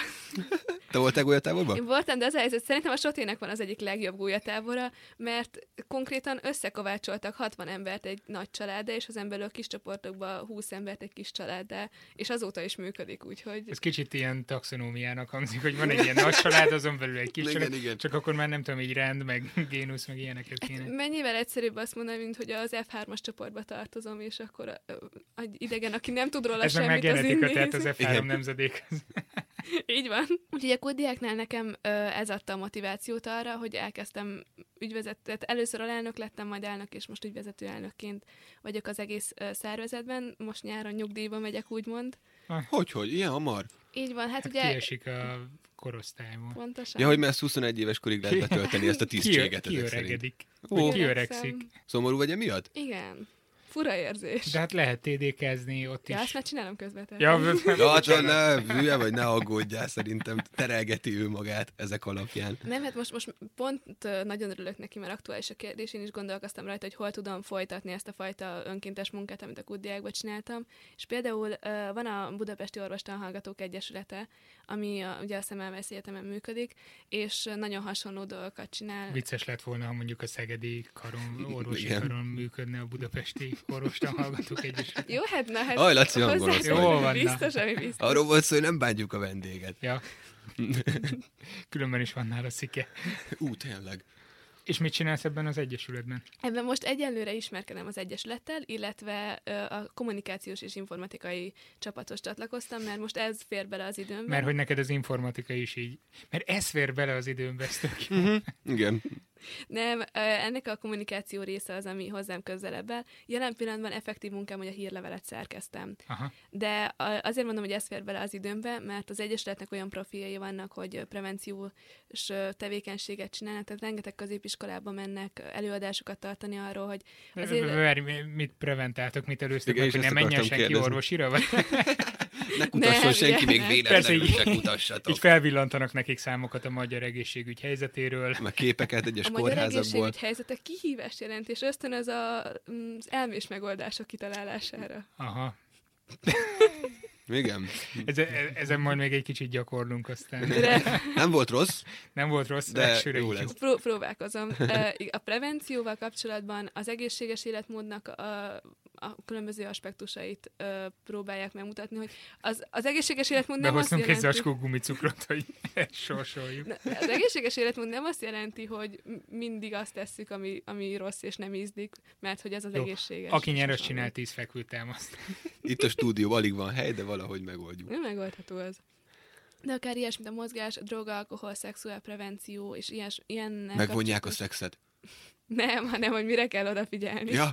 Speaker 1: Te voltál gulyatáborban?
Speaker 2: Én voltam, de az a helyzet, szerintem a Sotének van az egyik legjobb gulyatábora, mert konkrétan összekovácsoltak 60 embert egy nagy családdá, és az belül kis csoportokba 20 embert egy kis családdá, és azóta is működik, úgyhogy...
Speaker 3: Ez kicsit ilyen taxonómiának hangzik, hogy van egy ilyen nagy család, azon belül egy kis
Speaker 1: Igen,
Speaker 3: család,
Speaker 1: igen.
Speaker 3: csak akkor már nem tudom, így rend, meg génusz, meg ilyeneket kéne.
Speaker 2: hát Mennyivel egyszerűbb azt mondani, mint hogy az F3-as csoportba tartozom, és akkor ö, egy idegen, aki nem tud róla
Speaker 3: Ez meg már
Speaker 2: semmit, az így
Speaker 3: genetika, tehát
Speaker 2: néz.
Speaker 3: az F3
Speaker 1: Igen.
Speaker 3: nemzedék.
Speaker 2: Így van. Úgyhogy a kódiáknál nekem ö, ez adta a motivációt arra, hogy elkezdtem ügyvezető, tehát először alelnök lettem, majd elnök, és most ügyvezető elnökként vagyok az egész ö, szervezetben. Most nyáron nyugdíjba megyek, úgymond.
Speaker 1: Hogy, hogy? Ilyen hamar?
Speaker 2: Így van, hát,
Speaker 3: Hát
Speaker 2: ugye...
Speaker 3: kiesik a korosztályból.
Speaker 2: Pontosan.
Speaker 1: Ja, hogy már ezt 21 éves korig lehet betölteni ezt a tisztséget ezek szerint.
Speaker 3: kiöregedik.
Speaker 1: Ó.
Speaker 3: Ki öregszik.
Speaker 1: Szomorú vagy emiatt?
Speaker 2: Igen. Fura érzés.
Speaker 3: De hát lehet TD-kezni ott
Speaker 2: Ja,
Speaker 3: is.
Speaker 2: azt már csinálom közvetlenül.
Speaker 3: Ja,
Speaker 1: Ja, hát
Speaker 3: bocsánat.
Speaker 1: ne, hülye vagy, ne aggódjál, szerintem terelgeti ő magát ezek alapján.
Speaker 2: Nem, hát most, most pont ö, nagyon örülök neki, mert aktuális a kérdés. Én is gondolkoztam rajta, hogy hol tudom folytatni ezt a fajta önkéntes munkát, amit a Kuddiákban csináltam. És például ö, van a Budapesti Orvostan Hallgatók Egyesülete, ami a, ugye a Szemelvesz Egyetemen működik, és ö, nagyon hasonló dolgokat csinál.
Speaker 3: Vicces lett volna, ha mondjuk a szegedi karon, orvosi
Speaker 1: Igen.
Speaker 3: karon működne a budapesti orvostan hallgatók egyesület.
Speaker 2: Jó, hát na, hát
Speaker 1: Aj, Laci, angol
Speaker 2: hozzá-
Speaker 1: vagy.
Speaker 3: Jól van, na.
Speaker 2: biztos, ami biztos.
Speaker 1: Arról volt szó, hogy nem bántjuk a vendéget.
Speaker 3: Ja. Különben is van nála szike.
Speaker 1: Ú, tényleg.
Speaker 3: És mit csinálsz ebben az egyesületben?
Speaker 2: Ebben most egyenlőre ismerkedem az Egyesülettel, illetve ö, a kommunikációs és informatikai csapatos csatlakoztam, mert most ez fér bele az időmbe.
Speaker 3: Mert hogy neked az informatika is így. Mert ez fér bele az időmbe, ez tök jó.
Speaker 1: Igen.
Speaker 2: Nem, ö, ennek a kommunikáció része az, ami hozzám közelebb áll. Jelen pillanatban effektív munkám, hogy a hírlevelet szerkeztem.
Speaker 3: Aha.
Speaker 2: De a- azért mondom, hogy ez fér bele az időmbe, mert az Egyesületnek olyan profiljai vannak, hogy ö, prevenciós ö, tevékenységet csinálnak, tehát rengeteg középiskolába mennek ö, előadásokat tartani arról, hogy azért...
Speaker 3: Várj, mi- mit preventáltok, mit előztek,
Speaker 1: Igen,
Speaker 3: meg,
Speaker 1: és
Speaker 3: hogy ne
Speaker 1: ezt
Speaker 3: menjen
Speaker 1: akartam
Speaker 3: senki
Speaker 1: kérdezni.
Speaker 3: orvosira? Vagy
Speaker 1: Ne kutasson
Speaker 2: Nem,
Speaker 1: senki,
Speaker 2: igen,
Speaker 1: még
Speaker 2: nem.
Speaker 3: Persze,
Speaker 1: véletlenül
Speaker 3: így-
Speaker 1: se kutassatok.
Speaker 3: így felvillantanak nekik számokat a magyar egészségügy helyzetéről.
Speaker 1: Meg képeket egyes
Speaker 2: A magyar
Speaker 1: kórházakból.
Speaker 2: egészségügy helyzete kihívást jelent, és ösztönöz a, mm, az elmés megoldások kitalálására.
Speaker 3: Aha.
Speaker 1: Igen.
Speaker 3: Ezen, e- ezen majd még egy kicsit gyakorlunk aztán.
Speaker 2: De
Speaker 1: Nem volt rossz,
Speaker 3: Nem volt rossz,
Speaker 1: De
Speaker 3: elsőre
Speaker 1: jó
Speaker 3: így
Speaker 1: lesz.
Speaker 3: jó.
Speaker 2: Pró- próbálkozom. Ö, A prevencióval kapcsolatban az egészséges életmódnak a, a különböző aspektusait ö, próbálják megmutatni, hogy az, az egészséges életmód nem azt
Speaker 3: Behoztunk egy
Speaker 2: jelenti...
Speaker 3: zacskó gumicukrot, hogy sorsoljuk.
Speaker 2: Ne- Az egészséges életmód nem azt jelenti, hogy m- mindig azt tesszük, ami, ami rossz és nem ízlik, mert hogy ez az
Speaker 3: Jó.
Speaker 2: egészséges.
Speaker 3: Aki
Speaker 2: és
Speaker 3: nyer, az
Speaker 2: hasonló.
Speaker 3: csinál tíz fekvő támaszt.
Speaker 1: itt a stúdió alig van hely, de valahogy megoldjuk.
Speaker 2: Nem megoldható az. De akár ilyesmi, mint a mozgás, droga, alkohol, szexuál prevenció, és ilyes, ilyen...
Speaker 1: Megvonják a szexet.
Speaker 2: Nem, hanem hogy mire kell odafigyelni.
Speaker 1: Ja.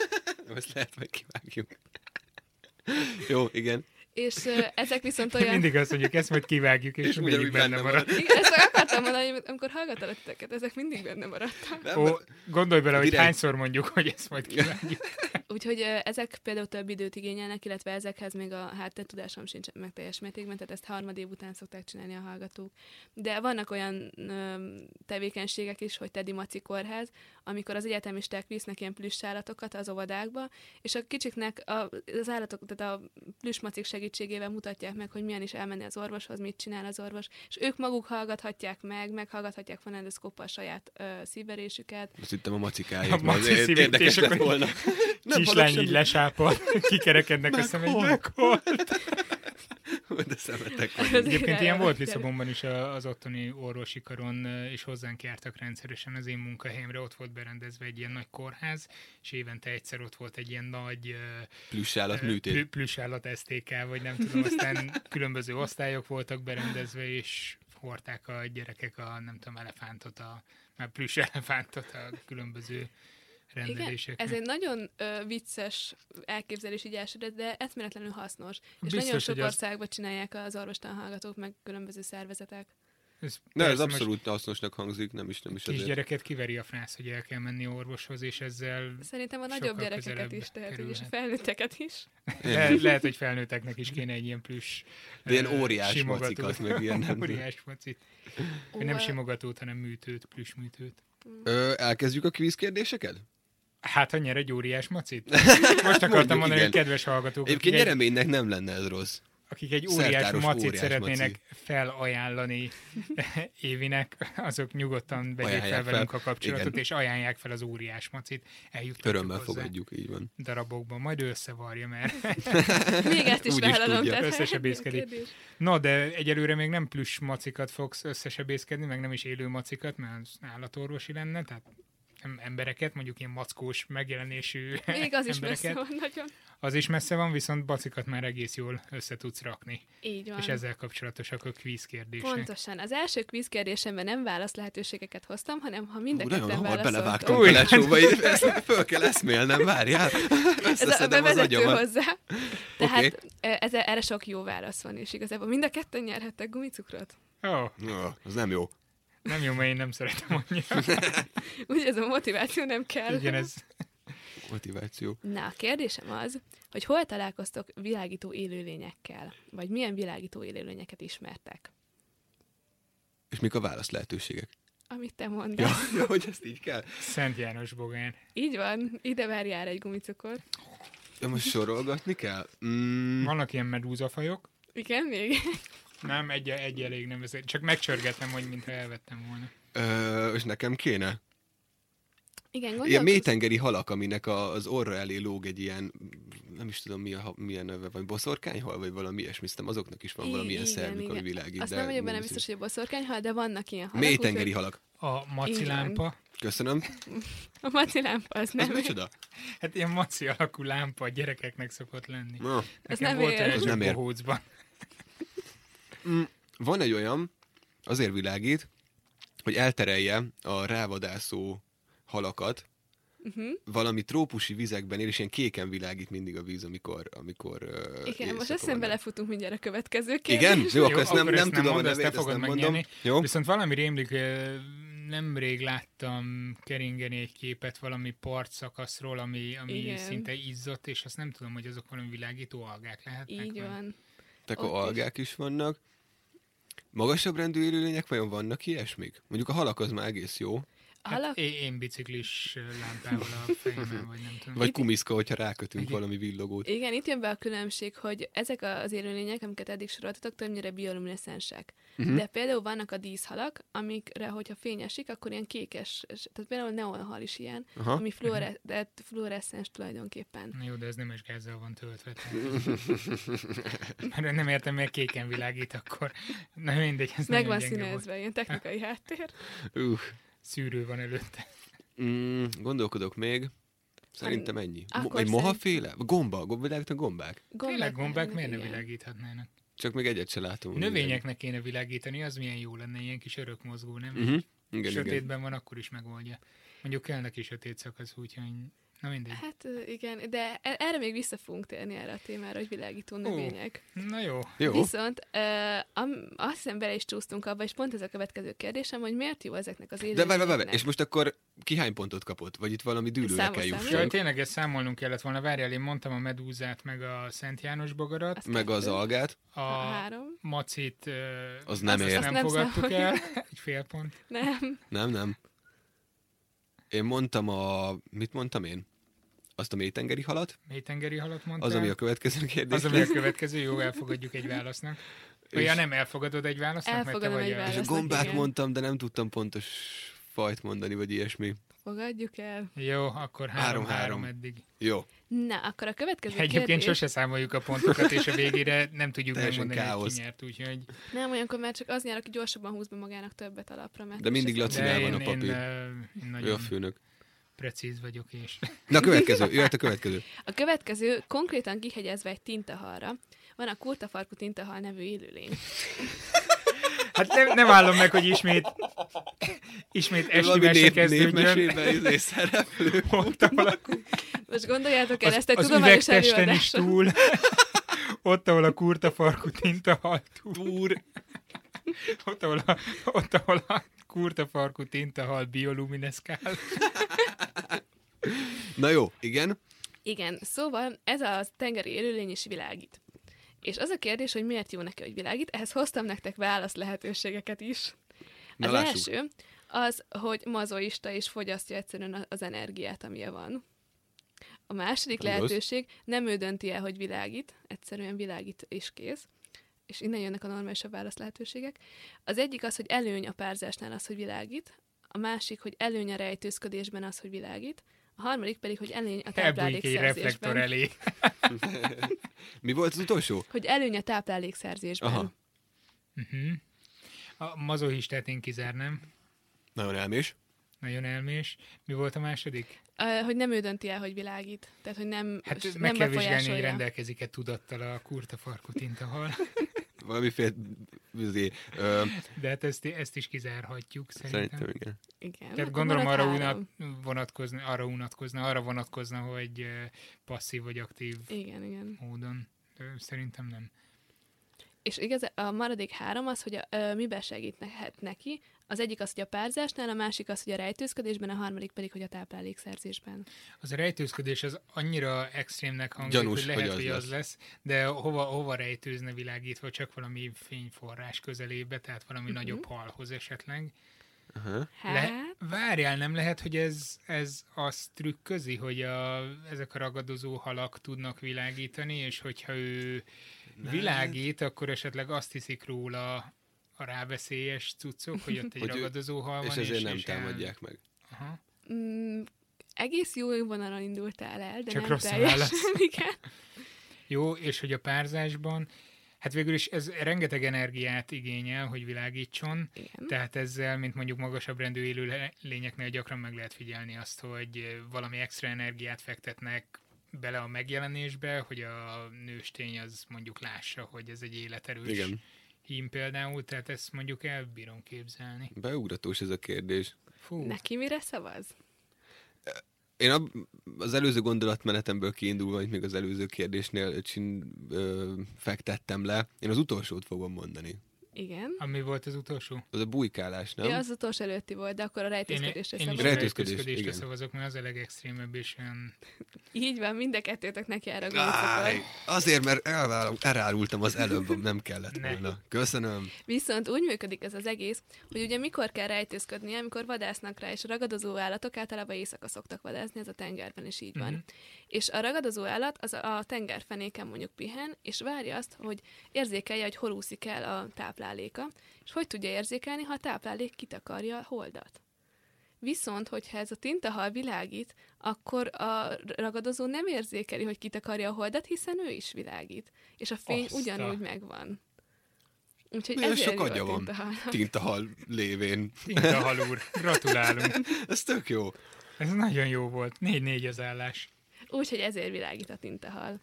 Speaker 1: Most lehet, meg kivágjuk. Jó, igen.
Speaker 2: És ö, ezek viszont olyan...
Speaker 3: Mindig azt mondjuk, ezt majd kivágjuk, és,
Speaker 1: És
Speaker 3: és mindig
Speaker 1: ugyanúgy
Speaker 3: benne
Speaker 1: benne
Speaker 3: marad.
Speaker 2: Igen, ezt meg akartam mondani, hogy amikor hallgattalak titeket, ezek mindig benne maradtak.
Speaker 1: Nem,
Speaker 3: Ó, gondolj bele, hogy
Speaker 1: Hát Direkt.
Speaker 3: hányszor mondjuk, hogy ezt majd kivágjuk.
Speaker 2: Úgyhogy ö, ezek például több időt igényelnek, illetve ezekhez még a háttértudásom sincs meg teljes mértékben, tehát ezt harmad év után szokták csinálni a hallgatók. De vannak olyan ö, tevékenységek is, hogy Teddy Maci kórház, amikor az egyetemisták visznek ilyen plüss állatokat az óvodákba, és a kicsiknek a, az állatok, tehát a plüsmacik segítségével mutatják meg, hogy milyen is elmenni az orvoshoz, mit csinál az orvos, és ők maguk hallgathatják meg, meghallgathatják fonendoszkóppal a saját ö, szíverésüket,
Speaker 1: Azt hittem a macikájuk.
Speaker 3: A maci
Speaker 1: azért
Speaker 3: szívét, és
Speaker 1: érdekes lett
Speaker 3: akkor-
Speaker 1: volna. Nem hallok
Speaker 3: Kislány így
Speaker 1: semmit.
Speaker 3: lesápol, kikerekednek a
Speaker 1: Meg
Speaker 3: szemek.
Speaker 1: hol?
Speaker 3: Meg hol?
Speaker 1: De szemetek
Speaker 2: Az
Speaker 1: vagy.
Speaker 3: Egyébként
Speaker 2: igen,
Speaker 3: ilyen volt
Speaker 2: igen.
Speaker 3: Lisszabonban is a- az ottani orvosi karon, ö, és hozzánk jártak rendszeresen az én munkahelyemre, ott volt berendezve egy ilyen nagy kórház, és évente egyszer ott volt egy ilyen nagy ö,
Speaker 1: Plusz állat műtét.
Speaker 3: plü- plüss állat STK, vagy nem tudom, aztán különböző osztályok voltak berendezve, és hordták a gyerekek a, nem tudom, elefántot, a, már plüss elefántot a különböző
Speaker 2: Igen,
Speaker 3: rendelésekre.
Speaker 2: ez egy nagyon ö, vicces elképzelés így elsőre, de eszméletlenül hasznos. És
Speaker 3: Biztos,
Speaker 2: nagyon sok
Speaker 3: hogy az-
Speaker 2: országban csinálják az orvostan hallgatók, meg különböző szervezetek.
Speaker 3: Ez,
Speaker 1: Ne, ez
Speaker 3: persze most
Speaker 1: abszolút hasznosnak hangzik, nem is, nem is ezért.
Speaker 3: Kisgyereket kiveri a frász, hogy el kell menni orvoshoz, és ezzel
Speaker 2: Szerintem a nagyobb
Speaker 3: Sokkal
Speaker 2: gyerekeket
Speaker 3: közelebb
Speaker 2: is, tehát hogy és a
Speaker 3: kerülhet.
Speaker 2: felnőtteket is.
Speaker 3: le, lehet, hogy felnőtteknek is kéne egy ilyen plüss
Speaker 1: De ilyen
Speaker 3: ö,
Speaker 1: óriás
Speaker 3: simogató.
Speaker 1: macikat, meg ilyen nem-
Speaker 3: óriás macit.
Speaker 2: Ó,
Speaker 3: Nem simogatót, hanem műtőt, plüss műtőt.
Speaker 1: Ö, elkezdjük a kvíz kérdéseket?
Speaker 3: Hát, ha nyer egy óriás macit? Most akartam
Speaker 1: Mondjuk,
Speaker 3: mondani, hogy
Speaker 1: igen.
Speaker 3: kedves hallgatók,
Speaker 1: Egyébként
Speaker 3: akik egy-
Speaker 1: nyereménynek nem lenne ez rossz.
Speaker 3: akik egy óriás
Speaker 1: Szertáros,
Speaker 3: macit
Speaker 1: óriás
Speaker 3: szeretnének
Speaker 1: maci.
Speaker 3: felajánlani Évinek, azok nyugodtan vegyék
Speaker 1: Ajánlják
Speaker 3: fel velünk
Speaker 1: fel.
Speaker 3: a kapcsolatot,
Speaker 1: Igen.
Speaker 3: és ajánlják fel az óriás macit. Eljuttatjuk
Speaker 1: Örömmel
Speaker 3: hozzá
Speaker 1: fogadjuk, így van.
Speaker 3: darabokban, majd ő összevarja, mert
Speaker 2: Még ezt is
Speaker 1: Úgy is
Speaker 2: vállalom.
Speaker 1: tudja.
Speaker 2: tehát-
Speaker 3: Összesebészkedik.
Speaker 2: Kérdés.
Speaker 3: Na, de egyelőre még nem plusz macikat fogsz összesebészkedni, meg nem is élő macikat, mert az állatorvosi lenne, tehát nem embereket, mondjuk ilyen mackós megjelenésű
Speaker 2: Még az is messze
Speaker 3: embereket.
Speaker 2: van nagyon.
Speaker 3: Az is messze van, viszont bacikat már egész jól össze tudsz rakni.
Speaker 2: Így van.
Speaker 3: És ezzel kapcsolatosak a kvíz kérdések.
Speaker 2: Pontosan. Az első kvíz kérdésemben nem válasz lehetőségeket hoztam, hanem ha mind a
Speaker 1: Ú, nagyon
Speaker 2: ketten
Speaker 1: hamar
Speaker 2: válaszoltok.
Speaker 1: belevágtam
Speaker 3: Új.
Speaker 1: a lecsóba, így ezt föl kell eszmélnem, várjál.
Speaker 2: Ez a
Speaker 1: Összeszedem az
Speaker 2: bevezető
Speaker 1: agyamat.
Speaker 2: hozzá. Tehát okay. ez, e, erre sok jó válasz van, és igazából mind a ketten nyerhettek gumicukrot.
Speaker 3: Ó,
Speaker 1: Ó, az nem jó.
Speaker 3: nem jó, mert én nem szeretem annyira.
Speaker 2: Úgy ez a motiváció nem kell.
Speaker 3: Igen, ez
Speaker 1: Motiváció.
Speaker 2: Na, a kérdésem az, hogy hol találkoztok világító élőlényekkel, vagy milyen világító élőlényeket ismertek?
Speaker 1: És mik a válasz lehetőségek?
Speaker 2: Amit te mondasz.
Speaker 1: Ja,
Speaker 2: Ja.
Speaker 1: ja, hogy ezt így kell.
Speaker 3: Szent János Bogán.
Speaker 2: Így van, ide várjál egy gumicukor.
Speaker 1: Ja, most sorolgatni kell?
Speaker 2: Hm.
Speaker 1: Mm,
Speaker 3: Vannak ilyen medúzafajok,
Speaker 2: Igen, még?
Speaker 3: nem, egy, egy elég nem, ezért csak megcsörgetem, hogy mintha elvettem volna.
Speaker 1: ö, és nekem kéne?
Speaker 2: Igen,
Speaker 1: Ilyen
Speaker 2: gondolkodsz?
Speaker 1: mélytengeri halak, aminek a, az orra elé lóg egy ilyen, nem is tudom mi a, ha- milyen neve, vagy boszorkányhal, vagy valami ilyesmi, aztán azoknak is van
Speaker 2: I-
Speaker 1: valami ilyen
Speaker 2: igen,
Speaker 1: szervük, ami
Speaker 2: igen.
Speaker 1: világít.
Speaker 2: Azt
Speaker 1: de
Speaker 2: nem vagyok benne
Speaker 1: mindegy.
Speaker 2: biztos, hogy a boszorkányhal, de vannak ilyen halak.
Speaker 1: Mélytengeri halak.
Speaker 3: A maci
Speaker 2: Így van.
Speaker 3: lámpa,
Speaker 1: Köszönöm.
Speaker 2: úgyhogy A macilámpa az
Speaker 1: Ez
Speaker 2: nem.
Speaker 1: micsoda?
Speaker 3: hát ilyen maci alakú lámpa a gyerekeknek szokott lenni.
Speaker 1: Na.
Speaker 2: Ez
Speaker 3: Nekem
Speaker 2: nem
Speaker 3: volt
Speaker 2: ér.
Speaker 3: olyan
Speaker 1: Ez
Speaker 3: csak
Speaker 1: nem ér.
Speaker 3: bohócban.
Speaker 1: Van egy olyan, azért világít, hogy elterelje a rávadászó halakat,
Speaker 2: Uh-huh.
Speaker 1: valami trópusi vizekben él, és ilyen kéken világít mindig a víz, amikor... amikor ö,
Speaker 2: Igen, most
Speaker 1: éjszaka
Speaker 2: eszembe
Speaker 1: van.
Speaker 2: belefutunk mindjárt a következő kérdés.
Speaker 1: Igen? Jó, akkor ezt nem, nem tudom
Speaker 3: mondod,
Speaker 1: a
Speaker 3: ezt
Speaker 1: nevét, ezt
Speaker 3: te fogod
Speaker 1: nem mondom.
Speaker 3: megnyerni.
Speaker 1: Jó?
Speaker 3: Viszont valami rémlik, ö, nemrég láttam keringeni egy képet valami partszakaszról, ami, ami
Speaker 2: Igen.
Speaker 3: szinte izzott, és azt nem tudom, hogy azok valami világító algák lehetnek.
Speaker 2: Így
Speaker 3: vagy-
Speaker 2: van.
Speaker 1: Tehát akkor
Speaker 2: Ott is.
Speaker 1: algák is vannak. Magasabb rendű élőlények vajon vannak ilyesmik? Mondjuk a halak az már egész jó.
Speaker 2: A
Speaker 3: Hát
Speaker 2: halak...
Speaker 3: én, én biciklis lámpával a fejemmel, vagy nem tudom.
Speaker 1: Vagy kumiszka, hogyha rákötünk
Speaker 3: Igen.
Speaker 1: valami villogót.
Speaker 2: Igen, itt jön be a különbség, hogy ezek az élőlények, amiket eddig soroltatok, többnyire biolumineszensek.
Speaker 3: Mhm.
Speaker 2: Uh-huh. De például vannak a díszhalak, amikre, hogyha fényesik, akkor ilyen kékes, és- tehát például neonhal is ilyen,
Speaker 1: Aha.
Speaker 2: ami fluore- de fluoreszcens tulajdonképpen.
Speaker 3: Na Jó, de Ah. Mhm. ez nemes gázzal van töltve. tehát. Mert nem értem, miért kéken világít akkor. Na mindegy, ez
Speaker 2: Meg van
Speaker 3: nagyon gyenge volt.
Speaker 2: színezve, ilyen technikai háttér.
Speaker 1: Uh,
Speaker 3: Szűrő van előtte.
Speaker 1: mm, gondolkodok még. Szerintem ennyi.
Speaker 2: Akkor
Speaker 1: Mo- egy mohaféle? Gomba, gomba, világítanak gombák.
Speaker 2: Gombák
Speaker 3: Tényleg gombák
Speaker 2: vannak,
Speaker 3: miért ne
Speaker 2: igen.
Speaker 3: világíthatnának?
Speaker 1: Csak még egyet se látom.
Speaker 3: Növényeknek kéne világítani, az milyen jó lenne, ilyen kis örök mozgó, nem?
Speaker 1: Uh-huh. Igen,
Speaker 3: Sötétben
Speaker 1: igen.
Speaker 3: van, akkor is megoldja. Mondjuk kell neki sötét szakasz, úgyhogy... Na mindegy.
Speaker 2: Hát ö, igen, de e- erre még vissza fogunk térni erre a témára, hogy világító növények.
Speaker 3: Na jó.
Speaker 1: Jó.
Speaker 2: Viszont ö, am- azt hiszem bele is csúsztunk abba, és pont ez a következő kérdésem, hogy miért jó ezeknek az
Speaker 1: De
Speaker 2: élőlényeknek?
Speaker 1: várj, várj, várj, és most akkor ki hány pontot kapott? Vagy itt valami dűlőre
Speaker 2: Számos
Speaker 1: kell
Speaker 2: számot.
Speaker 3: Jaj,
Speaker 1: jusson?
Speaker 3: tényleg ezt számolnunk kellett volna. Várjál, én mondtam a medúzát, meg a Szent János bogarat.
Speaker 2: Azt
Speaker 1: Meg az
Speaker 2: kettő.
Speaker 1: algát,
Speaker 3: A,
Speaker 2: A három.
Speaker 3: macit
Speaker 1: az nem
Speaker 2: Azt-
Speaker 1: ér.
Speaker 2: azt
Speaker 3: nem,
Speaker 2: nem
Speaker 3: fogadtuk
Speaker 2: számoljuk.
Speaker 3: el. Egy fél pont.
Speaker 2: Nem.
Speaker 1: Nem, nem. Én mondtam a... Mit mondtam én? Azt a mélytengeri halat?
Speaker 3: Mélytengeri halat mondtál.
Speaker 1: Az, ami a következő kérdés.
Speaker 3: az, ami a következő. Jó, elfogadjuk egy válasznak. Vagy ja, nem elfogadod egy válasznak,
Speaker 2: Elfogadom
Speaker 3: mert
Speaker 2: egy
Speaker 3: te vagy
Speaker 1: És
Speaker 3: a...
Speaker 1: a
Speaker 2: választ.
Speaker 1: gombák
Speaker 2: igen.
Speaker 1: mondtam, de nem tudtam pontos fajt mondani, vagy ilyesmi.
Speaker 2: Fogadjuk el.
Speaker 3: Jó, akkor
Speaker 1: Három-három.
Speaker 3: három-három eddig.
Speaker 1: Jó,
Speaker 2: Na, akkor a következő
Speaker 3: Egyébként
Speaker 2: kérdés...
Speaker 3: sose számoljuk a pontokat, és a végére nem tudjuk
Speaker 1: Teljesen
Speaker 3: megmondani, hogy
Speaker 1: káosz.
Speaker 3: ki nyert, úgyhogy...
Speaker 2: Nem, olyankor már csak az nyer, aki gyorsabban húz be magának többet alapra. Mert
Speaker 1: De mindig
Speaker 2: sose
Speaker 1: Laci
Speaker 2: számít.
Speaker 1: Lacinál
Speaker 3: De
Speaker 1: van
Speaker 3: én,
Speaker 1: a
Speaker 3: én,
Speaker 1: papír.
Speaker 3: ö, én
Speaker 1: ő a
Speaker 3: nagyon
Speaker 1: főnök.
Speaker 3: precíz vagyok, és
Speaker 1: Na, következő, jöhet a következő.
Speaker 2: A következő konkrétan kihegyezve egy tintahalra. Van a kurtafarkú tintahal nevű élőlény.
Speaker 3: hát nem, nem állom meg, hogy ismét ismét esti
Speaker 1: Valami
Speaker 3: mese
Speaker 1: nép,
Speaker 3: kezdődjön.
Speaker 1: népmesében izé szereplő.
Speaker 3: Ott ahol
Speaker 2: Most gondoljátok el
Speaker 3: az,
Speaker 2: ezt egy
Speaker 3: az
Speaker 2: tudományos
Speaker 3: üvegtesten is
Speaker 2: előadáson.
Speaker 3: túl, ott, ahol a kurta farkú tinta hal túl,
Speaker 1: Úr,
Speaker 3: ott, ahol a, ott, ahol a kurta farkú tinta hal biolumineszkál.
Speaker 1: Na jó, igen.
Speaker 2: Igen, szóval ez a tengeri élőlény is világít. És az a kérdés, hogy miért jó neki, hogy világít, ehhez hoztam nektek válasz lehetőségeket is.
Speaker 1: Na,
Speaker 2: az
Speaker 1: lássuk.
Speaker 2: első az, hogy mazoista és fogyasztja egyszerűen a- az energiát, amilyen van. A második
Speaker 1: Nem rossz.
Speaker 2: lehetőség, nem ő dönti el, hogy világít, egyszerűen világít és kész. és innen jönnek a normálisabb válasz lehetőségek. Az egyik az, hogy előny a párzásnál az, hogy világít, a másik, hogy előny a rejtőzködésben az, hogy világít, a harmadik pedig, hogy előny a
Speaker 3: Elbújik egy reflektor
Speaker 2: táplálékszerzésben.
Speaker 3: elé.
Speaker 1: Mi volt az utolsó?
Speaker 2: Hogy előny a táplálékszerzésben.
Speaker 1: Aha.
Speaker 3: Uh-huh. A mazohistát én kizárnám.
Speaker 1: Nagyon elmés.
Speaker 3: Nagyon elmés. Mi volt a második?
Speaker 2: Ö, Hogy nem ő dönti el, hogy világít. Tehát, hogy nem,
Speaker 3: Hát
Speaker 2: s-
Speaker 3: meg
Speaker 2: nem
Speaker 3: kell vizsgálni, hogy
Speaker 2: befolyásolja.
Speaker 3: rendelkezik-e tudattal a kurta farkú tintahal.
Speaker 1: Valamiféle... Üzé, izé, ö,
Speaker 3: De hát ezt, ezt is kizárhatjuk szerintem.
Speaker 1: szerintem igen.
Speaker 2: Igen.
Speaker 3: Tehát
Speaker 2: akkor
Speaker 3: gondolom
Speaker 2: marad
Speaker 3: arra,
Speaker 2: három.
Speaker 3: unat, vonatkozna, arra unatkozna, arra vonatkozna, hogy ö, passzív vagy aktív
Speaker 2: Igen, igen.
Speaker 3: módon. Ö, Szerintem nem.
Speaker 2: És igaz, a maradék három az, hogy a, ö, miben segíthet neki. Az egyik az, hogy a párzásnál, a másik az, hogy a rejtőzködésben, a harmadik pedig, hogy a táplálékszerzésben.
Speaker 3: Az a rejtőzködés az annyira extrémnek hangzik,
Speaker 1: Gyanús,
Speaker 3: hogy lehet,
Speaker 1: hogy
Speaker 3: hogy
Speaker 1: az
Speaker 3: az, hogy az lesz. de hova, hova rejtőzne világítva, csak valami fényforrás közelébe, tehát valami
Speaker 2: Mhm.
Speaker 3: nagyobb halhoz esetleg.
Speaker 1: Aha.
Speaker 2: Hát,
Speaker 3: Le- várjál, nem lehet, hogy ez, ez azt trükközi, hogy a, ezek a ragadozó halak tudnak világítani, és hogyha ő világít, akkor esetleg azt hiszik róla a ráveszélyes cuccok, hogy ott egy
Speaker 1: Hogy ő-
Speaker 3: ragadozó hal van.
Speaker 1: És ezért nem
Speaker 3: el-
Speaker 1: támadják meg.
Speaker 3: Aha.
Speaker 2: mm, egész jó vonalon indultál el, de
Speaker 3: Csak
Speaker 2: nem
Speaker 3: rossz a
Speaker 2: teljesen.
Speaker 3: válasz.
Speaker 2: Igen.
Speaker 3: Jó, és hogy a párzásban, hát végül is ez rengeteg energiát igényel, hogy világítson,
Speaker 2: igen.
Speaker 3: tehát ezzel, mint mondjuk magasabb rendű élőlényeknél gyakran meg lehet figyelni azt, hogy ö, valami extra energiát fektetnek bele a megjelenésbe, hogy a nőstény az mondjuk lássa, hogy ez egy életerős
Speaker 1: Igen.
Speaker 3: hím például, tehát ezt mondjuk elbírom képzelni.
Speaker 1: Beugratós ez a kérdés.
Speaker 3: Fú,
Speaker 2: Neki mire szavaz?
Speaker 1: Én a, az előző gondolatmenetemből kiindulva, amit még az előző kérdésnél csin, ö, fektettem le, én az utolsót fogom mondani.
Speaker 2: Igen.
Speaker 3: ami volt az utolsó?
Speaker 1: Az a bujkálás, nem?
Speaker 2: Ja, az utolsó előtti volt, de akkor a rejtőzködésre
Speaker 3: én is a
Speaker 2: szavaz.
Speaker 1: Rejtőzködés,
Speaker 3: rejtőzködésre
Speaker 1: igen.
Speaker 3: szavazok, mert az a legextrémebb és olyan...
Speaker 2: Így van, mind a kettőtök neki erre
Speaker 1: Áj,
Speaker 2: gondolsz.
Speaker 1: azért, mert elvál- elárultam az előbb, nem kellett
Speaker 3: Ne.
Speaker 1: volna. Köszönöm.
Speaker 2: Viszont úgy működik ez az egész, hogy ugye mikor kell rejtőzködni, amikor vadásznak rá, és a ragadozó állatok általában éjszaka szoktak vadászni, ez a tengerben is így van.
Speaker 3: Mhm.
Speaker 2: És a ragadozó állat az a a tengerfenéken mondjuk pihen, és várja azt, hogy érzékelje, hogy hol úszik el a tápláléka, és hogy tudja érzékelni, ha a táplálék kitakarja a holdat. Viszont, hogyha ez a tintahal világít, akkor a ragadozó nem érzékeli, hogy kitakarja a holdat, hiszen ő is világít. És a fény
Speaker 3: Azta.
Speaker 2: ugyanúgy megvan. Úgyhogy
Speaker 1: Milyen
Speaker 2: ezért
Speaker 1: sok
Speaker 2: jó a
Speaker 1: agya van.
Speaker 2: tintahal.
Speaker 1: Tintahal lévén.
Speaker 3: Tinta halúr, gratulálunk!
Speaker 1: Ez tök jó.
Speaker 3: Ez nagyon jó volt. 4-4 az állás.
Speaker 2: Úgyhogy ezért világít a tintahal.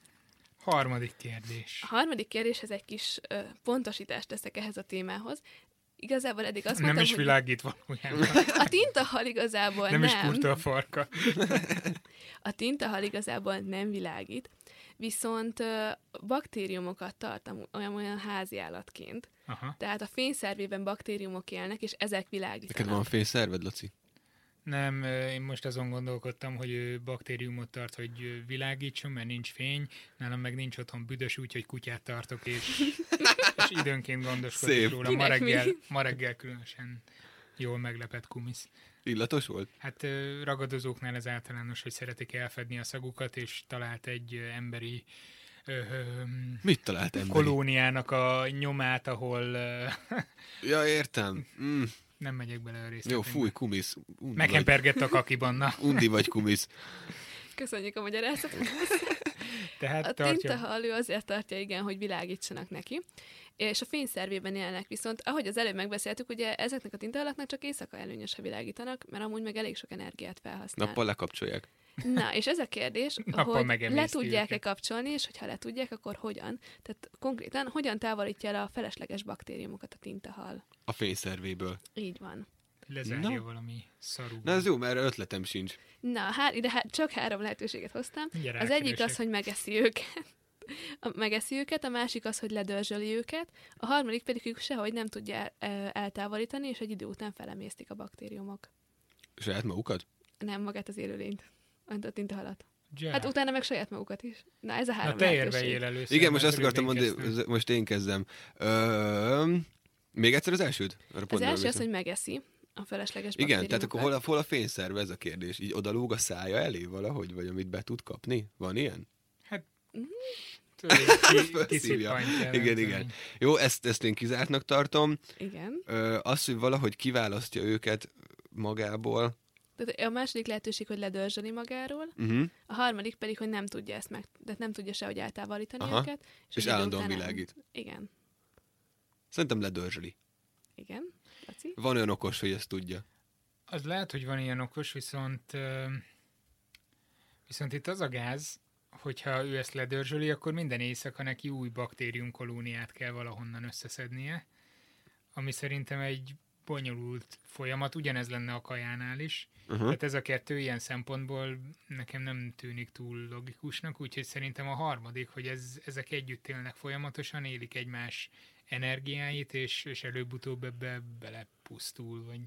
Speaker 3: Harmadik
Speaker 2: A
Speaker 3: kérdés.
Speaker 2: harmadik kérdéshez egy kis ö, pontosítást teszek ehhez a témához. Igazából eddig azt
Speaker 3: Azt nem
Speaker 2: mondtam,
Speaker 3: is
Speaker 2: hogy
Speaker 3: világít valójában.
Speaker 2: a tintahal igazából
Speaker 3: Nem
Speaker 2: nem.
Speaker 3: is kurta a farka.
Speaker 2: A tintahal igazából nem világít, viszont ö, baktériumokat tart amú- olyan, olyan háziállatként.
Speaker 3: Aha.
Speaker 2: Tehát a fényszervében baktériumok élnek, és ezek világítanak.
Speaker 1: Neked van fényszerved, Laci?
Speaker 3: Nem, ö, én most azon gondolkodtam, hogy ő baktériumot tart, hogy ö, világítson, mert nincs fény. Nálam meg nincs otthon büdös, úgyhogy kutyát tartok, és, és időnként gondoskodok
Speaker 1: Szép.
Speaker 3: róla. Ma
Speaker 2: Kinek mi?
Speaker 3: reggel, ma reggel különösen jól meglepett kumisz.
Speaker 1: Illatos volt?
Speaker 3: Hát ö, ragadozóknál ez általános, hogy szeretik elfedni a szagukat, és talált egy ö, emberi ö, ö,
Speaker 1: Mit talált ember?
Speaker 3: kolóniának a nyomát, ahol ö,
Speaker 1: Ja, értem. Mm.
Speaker 3: nem megyek bele a
Speaker 1: Jó,
Speaker 3: részletekbe.
Speaker 1: fúj, kumisz. Undi vagy,
Speaker 3: Meghempergett a kakiban, na.
Speaker 1: undi vagy kumisz.
Speaker 2: Köszönjük a magyarázatot.
Speaker 3: Tehát
Speaker 2: A
Speaker 3: Hát tartja.
Speaker 2: tintahal ő azért tartja, igen, hogy világítsanak neki, és a fényszervében élnek viszont, ahogy az előbb megbeszéltük, ugye ezeknek a tintahalaknak csak éjszaka előnyös, ha világítanak, mert amúgy meg elég sok energiát felhasznál.
Speaker 1: Nappal lekapcsolják.
Speaker 2: Na, és ez a kérdés,
Speaker 3: Nappal
Speaker 2: hogy
Speaker 3: megemészti
Speaker 2: le tudják-e
Speaker 3: őket.
Speaker 2: kapcsolni, és hogyha le tudják, akkor hogyan? Tehát konkrétan, hogyan távolítja el a felesleges baktériumokat a tintahal?
Speaker 1: A fényszervéből.
Speaker 2: Így van.
Speaker 3: Lezárja
Speaker 1: Na.
Speaker 3: valami szarú.
Speaker 1: Na ez jó, mert ötletem sincs.
Speaker 2: Na, há, ide há, csak három lehetőséget hoztam.
Speaker 3: Mindjárt
Speaker 2: Az egyik az,
Speaker 3: rákeresek.
Speaker 2: hogy megeszi őket. A, megeszi őket, a másik az, hogy ledörzsöli őket, a harmadik pedig ők sehogy nem tudja el, ö, eltávolítani, és egy idő után felemésztik a baktériumok.
Speaker 1: Saját magukat?
Speaker 2: Nem magát az élőlényt. Ant- A tintahalat.
Speaker 3: Zsá.
Speaker 2: Hát utána meg saját magukat is. Na, ez a három
Speaker 3: Na te
Speaker 2: lehetőség.
Speaker 3: érvejél először.
Speaker 1: Igen,
Speaker 3: mert
Speaker 1: most azt akartam
Speaker 3: röviden
Speaker 1: mondani,
Speaker 3: kezdtem.
Speaker 1: ez- most én kezdem. Ö, még egyszer az elsőt? Arra pont
Speaker 2: Az
Speaker 1: nem
Speaker 2: első az,
Speaker 1: emlékszem.
Speaker 2: hogy megeszi a felesleges
Speaker 1: Igen, tehát akkor hol
Speaker 2: baktériumokat.
Speaker 1: a, hol a fényszerve ez a kérdés?
Speaker 2: Mhm.
Speaker 1: Így odalóg a szája elé valahogy, vagy amit be tud kapni? Van ilyen?
Speaker 3: Hát, ki-
Speaker 1: Szívja.
Speaker 3: kiszippantja. nem
Speaker 1: Igen,
Speaker 3: tudom.
Speaker 1: igen. Jó, ezt, ezt én kizártnak tartom.
Speaker 2: Igen.
Speaker 1: Ö, az, hogy valahogy kiválasztja őket magából,
Speaker 2: Tehát a második lehetőség, hogy ledörzsöli magáról,
Speaker 1: uh-huh.
Speaker 2: a harmadik pedig, hogy nem tudja ezt meg, tehát nem tudja se, hogy eltávolítani
Speaker 1: Aha.
Speaker 2: őket.
Speaker 1: és
Speaker 2: egy idő
Speaker 1: állandóan
Speaker 2: után el-
Speaker 1: világít.
Speaker 2: Igen.
Speaker 1: Szerintem ledörzsli.
Speaker 2: Igen. Laci?
Speaker 1: Van olyan okos, hogy ezt tudja.
Speaker 3: Az lehet, hogy van ilyen okos, viszont ö, viszont itt az a gáz, hogyha ő ezt ledörzsöli, akkor minden éjszaka neki új baktériumkolóniát kell valahonnan összeszednie, ami szerintem egy bonyolult folyamat, ugyanez lenne a kajánál is.
Speaker 1: Uh-huh.
Speaker 3: Tehát ez a kettő ilyen szempontból nekem nem tűnik túl logikusnak, úgyhogy szerintem a harmadik, hogy ez, ezek együtt élnek folyamatosan, élik egymás energiáit, és, és előbb-utóbb ebbe belepusztul, vagy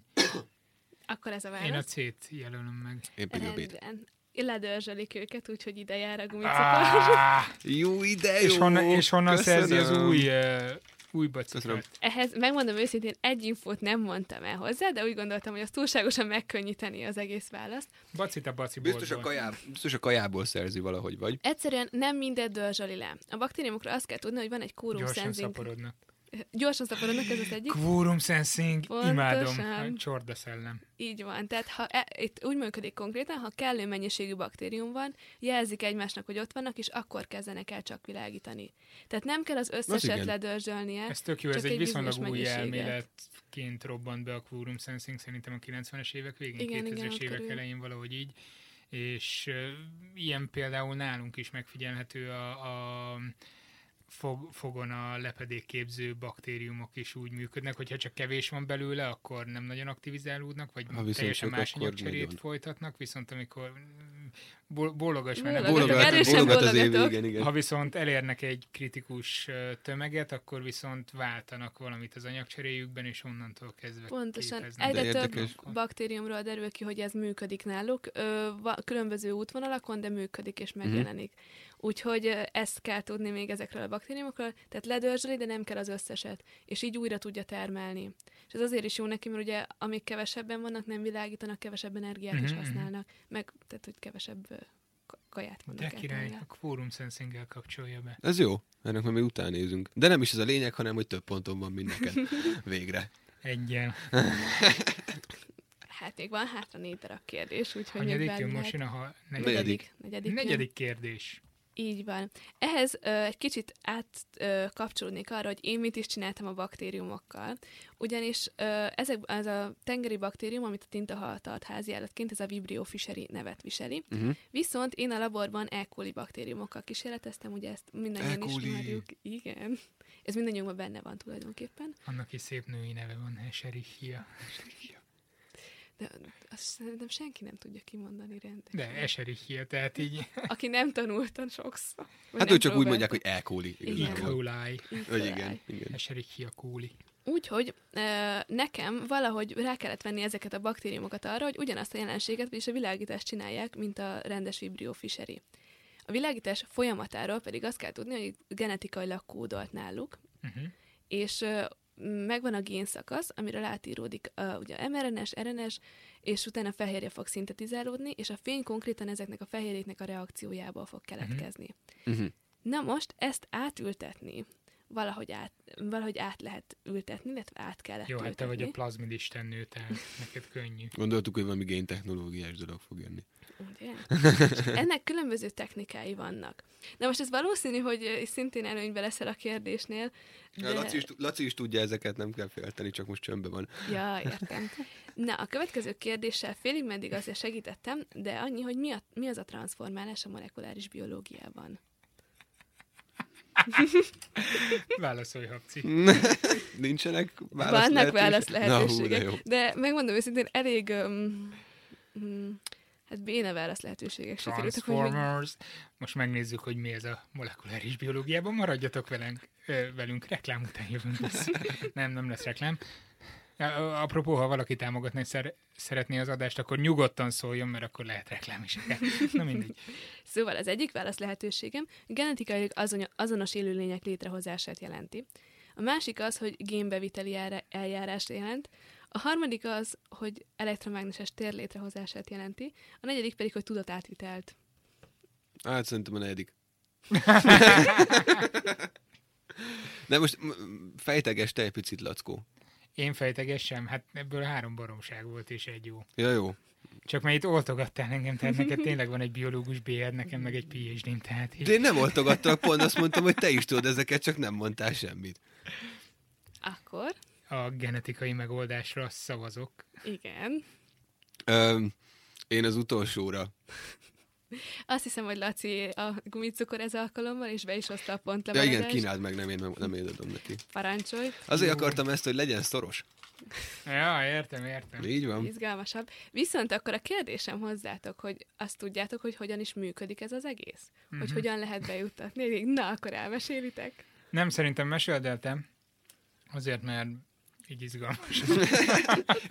Speaker 2: Akkor ez a válasz.
Speaker 3: én a C-t jelölöm meg.
Speaker 1: Én pedig a bét.
Speaker 2: Rendben. Ledörzsölik őket, úgyhogy ide jár a gumicukor.
Speaker 3: Ah,
Speaker 1: Jó ide,
Speaker 3: és
Speaker 1: jó.
Speaker 3: honnan, és honnan
Speaker 1: Köszönöm.
Speaker 3: szerzi az új, uh, új Hát,
Speaker 1: Köszönöm.
Speaker 3: bacikát?
Speaker 2: Ehhez megmondom őszintén, egy infót nem mondtam el hozzá, de úgy gondoltam, hogy az túlságosan megkönnyíteni az egész választ.
Speaker 3: Bacit a baciboltból.
Speaker 1: Biztos a, kajából, biztos a kajából szerzi valahogy, vagy?
Speaker 2: Egyszerűen nem mindet dörzsöli le. A baktériumokra azt kell tudni, hogy van egy kórum
Speaker 3: Gyorsan
Speaker 2: szenzink.
Speaker 3: szaporodnak.
Speaker 2: Gyorsan szaporodnak, ez az egyik.
Speaker 3: Quorum sensing,
Speaker 2: Pontosan.
Speaker 3: imádom. A Csorda szellem.
Speaker 2: Így van. Tehát ha e, itt úgy működik konkrétan, ha kellő mennyiségű baktérium van, jelzik egymásnak, hogy ott vannak, és akkor kezdenek el csak világítani. Tehát nem kell az összeset
Speaker 1: igen.
Speaker 2: ledörzsölnie.
Speaker 3: Ez tök jó,
Speaker 2: Csak
Speaker 3: ez egy
Speaker 2: egy bizonyos
Speaker 3: viszonylag új
Speaker 2: mennyiséget.
Speaker 3: elméletként robbant be a quorum sensing, szerintem a 90-es évek végén,
Speaker 2: Igen, igen,
Speaker 3: 2000-es
Speaker 2: ott
Speaker 3: évek
Speaker 2: körül.
Speaker 3: elején valahogy így. És ö, ilyen például nálunk is megfigyelhető a, a fog, fogon a lepedékképző baktériumok is úgy működnek, hogyha csak kevés van belőle, akkor nem nagyon aktivizálódnak, vagy
Speaker 1: Ha viszont
Speaker 3: teljesen
Speaker 1: sok,
Speaker 3: más
Speaker 1: akkor
Speaker 3: anyagcserét
Speaker 1: nagyon.
Speaker 3: folytatnak, viszont amikor mm, bol- bólogass már, nem
Speaker 2: Bólogat-
Speaker 3: bólogat,
Speaker 1: Bólogat,
Speaker 2: Bólogat- erősen
Speaker 1: bólogat az év,
Speaker 2: bólogatok.
Speaker 1: igen, igen.
Speaker 3: ha viszont elérnek egy kritikus ö, tömeget, akkor viszont váltanak valamit az anyagcseréjükben, és onnantól kezdve
Speaker 2: Pontosan.
Speaker 3: képeznek.
Speaker 2: Egyre
Speaker 1: De
Speaker 2: több
Speaker 1: érdekes.
Speaker 2: baktériumról derül ki, hogy ez működik náluk. Ö, va, különböző útvonalakon, de működik és megjelenik. Úgyhogy ö, ezt kell tudni még ezekről a baktériumokról, tehát ledörzsöli, de nem kell az összeset, és így újra tudja termelni. És ez azért is jó neki, mert ugye amik kevesebben vannak, nem világítanak, kevesebb energiát is
Speaker 3: Mhm, mhm.
Speaker 2: használnak, meg tehát, hogy kevesebb ö, ka- kaját
Speaker 3: De
Speaker 2: vannak.
Speaker 3: király, a Quorum sensing kapcsolja be.
Speaker 1: Ez jó, ennek majd mi után nézünk. De nem is ez a lényeg, hanem hogy több ponton van mindeket. Végre.
Speaker 3: Egyen.
Speaker 2: Hát még van hátra négy darab kérdés, úgyhogy még
Speaker 3: Hanyadik
Speaker 2: bármi
Speaker 3: jön most
Speaker 2: lehet.
Speaker 3: jön a ha... negyedik.
Speaker 1: Negyedik.
Speaker 2: Negyedik. Negyedik. jön.
Speaker 3: Negyedik kérdés.
Speaker 2: Így van. Ehhez ö, egy kicsit átkapcsolódnék arra, hogy én mit is csináltam a baktériumokkal. Ugyanis ö, ezek, ez a tengeri baktérium, amit a tintahal tart háziállatként, ez a Vibrio fischeri nevet viseli.
Speaker 1: Uh-huh.
Speaker 2: Viszont én a laborban E. coli baktériumokkal kísérleteztem, ugye ezt mindannyian
Speaker 1: E. coli.
Speaker 2: ismerjük. Igen. Ez mindannyiunkban benne van tulajdonképpen.
Speaker 3: Annak is szép női neve van, Eserichia.
Speaker 2: De azt szerintem senki nem tudja kimondani rendesen.
Speaker 3: De Eserichia, tehát így
Speaker 2: Aki nem tanultan sokszor. vagy
Speaker 1: Hát
Speaker 2: nem
Speaker 1: ők csak úgy
Speaker 2: próbált.
Speaker 1: mondják, hogy elkóli.
Speaker 2: Igen.
Speaker 1: igazából.
Speaker 3: Kulai.
Speaker 2: Így
Speaker 1: Hogy
Speaker 2: találj.
Speaker 1: igen, igen.
Speaker 3: Eserichia Kóli.
Speaker 2: Úgyhogy ö, nekem valahogy rá kellett venni ezeket a baktériumokat arra, hogy ugyanazt a jelenséget, vagyis a világítást csinálják, mint a rendes Vibrio fischeri. A világítás folyamatáról pedig azt kell tudni, hogy genetikailag kódolt náluk,
Speaker 3: Uh-huh.
Speaker 2: és ö, megvan a génszakasz, amiről átíródik a, ugye mRNS, RNS, és utána fehérje fog szintetizálódni, és a fény konkrétan ezeknek a fehérjéknek a reakciójából fog keletkezni.
Speaker 1: Uh-huh.
Speaker 2: Na most ezt átültetni, valahogy át, valahogy át lehet ültetni, illetve át kellett
Speaker 3: Jó, hát te
Speaker 2: ültetni.
Speaker 3: vagy a plazmid istennő, tehát neked könnyű.
Speaker 1: Gondoltuk, hogy valami géntechnológiás dolog fog jönni.
Speaker 2: Ugye? És Ennek különböző technikái vannak. Na most ez valószínű, hogy ö, szintén előnybe leszel a kérdésnél. De...
Speaker 1: Laci, is, Laci is tudja ezeket, nem kell félteni, csak most csömbbe van.
Speaker 2: Ja, értem. Na, a következő kérdéssel félig meddig azért segítettem, de annyi, hogy mi, a, mi az a transformálás a molekuláris biológiában.
Speaker 3: Válaszolj, Habci.
Speaker 1: Nincsenek válasz
Speaker 2: Válasz
Speaker 1: lehetőség-
Speaker 2: Vannak válasz
Speaker 1: Na,
Speaker 2: lehetőségek,
Speaker 1: hú, de jó.
Speaker 2: de megmondom őszintén, elég um, um, hát béna válasz lehetőségek sikerültek, hogy hogy
Speaker 3: Transformers. Most megnézzük, hogy mi ez a molekuláris biológiában. Maradjatok velünk, ö, velünk. reklám után jövünk vissza. Nem, nem lesz reklám. Ö, ö, Apropó, ha valaki támogatni szer- szeretné az adást, akkor nyugodtan szóljon, mert akkor lehet reklám is. akár. Na mindegy.
Speaker 2: Szóval az egyik válasz lehetőségem genetikailag azon, azonos élőlények létrehozását jelenti. A másik az, hogy génbeviteli elre- eljárást jelent. A harmadik az, hogy elektromágneses tér létrehozását jelenti. A negyedik pedig, hogy tudatátvitelt.
Speaker 1: Hát szerintem a negyedik. De most m- fejteges te egy picit, Lackó.
Speaker 3: Én fejtegessem, hát ebből három baromság volt és egy jó.
Speaker 1: Ja, jó.
Speaker 3: Csak mert itt oltogattál engem, tehát neked tényleg van egy biológus BR, nekem meg egy phd tehát így.
Speaker 1: De én nem oltogattalak, pont azt mondtam, hogy te is tudod ezeket, csak nem mondtál semmit.
Speaker 2: Akkor,
Speaker 3: a genetikai megoldásra szavazok.
Speaker 2: igen.
Speaker 1: Öm, én az utolsóra.
Speaker 2: Azt hiszem, hogy Laci a gumicukor ez alkalommal, és be is hozta a
Speaker 1: Ja,
Speaker 2: pontlevelet.
Speaker 1: igen, kínáld meg, nem én, nem én adom neki.
Speaker 2: Parancsolj,
Speaker 1: Azért akartam ezt, hogy legyen szoros.
Speaker 3: Ja, értem, értem.
Speaker 1: Így van.
Speaker 2: izgalmasabb. Viszont akkor a kérdésem hozzátok, hogy azt tudjátok, hogy hogyan is működik ez az egész? Hogy
Speaker 3: Mhm.
Speaker 2: hogyan lehet bejuttatni? Eddig? Na, akkor elmesélitek.
Speaker 3: Nem, szerintem meséldeltem, azért mert így izgalmas.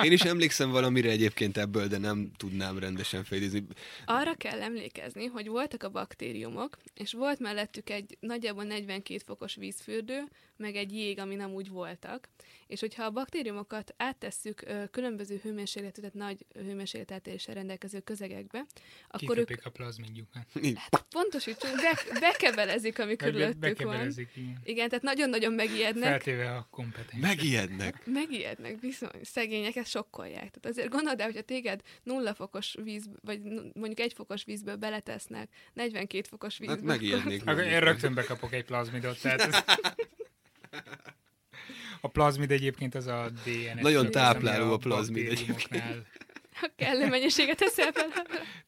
Speaker 1: Én is emlékszem valamire egyébként ebből, de nem tudnám rendesen fejlődni.
Speaker 2: Arra kell emlékezni, hogy voltak a baktériumok, és volt mellettük egy nagyjából 42 fokos vízfürdő, meg egy jég, ami nem úgy voltak. És hogyha a baktériumokat áttesszük ö, különböző hőmérsékletű, tehát nagy hőmérsékleteltéréssel rendelkező közegekbe, akkor ők
Speaker 3: Kiköpik a hát. plazmidjukat.
Speaker 1: Így.
Speaker 2: Hát, pontosítsunk, be, bekebelezik, ami
Speaker 3: Vagy be-
Speaker 2: körülöttük van.
Speaker 3: Bekebelezik, igen.
Speaker 2: Igen, tehát nagyon-nagyon megijednek.
Speaker 3: Feltéve a kompetens.
Speaker 1: Megijednek.
Speaker 2: Megijednek, bizony, szegények, ezt sokkolják. Tehát azért gondold el, hogyha téged nulla fokos víz, vagy nu- mondjuk egy fokos vízből beletesznek 42 fokos vízbe.
Speaker 1: Hát megijednék.
Speaker 3: Akkor én rögtön bekapok egy plazmidot, tehát ez... A plazmid egyébként az a DNS.
Speaker 1: Nagyon
Speaker 3: csak az, ami
Speaker 1: tápláló a plazmid
Speaker 3: baktériumoknál
Speaker 2: Ha kellő mennyiséget eszel fel.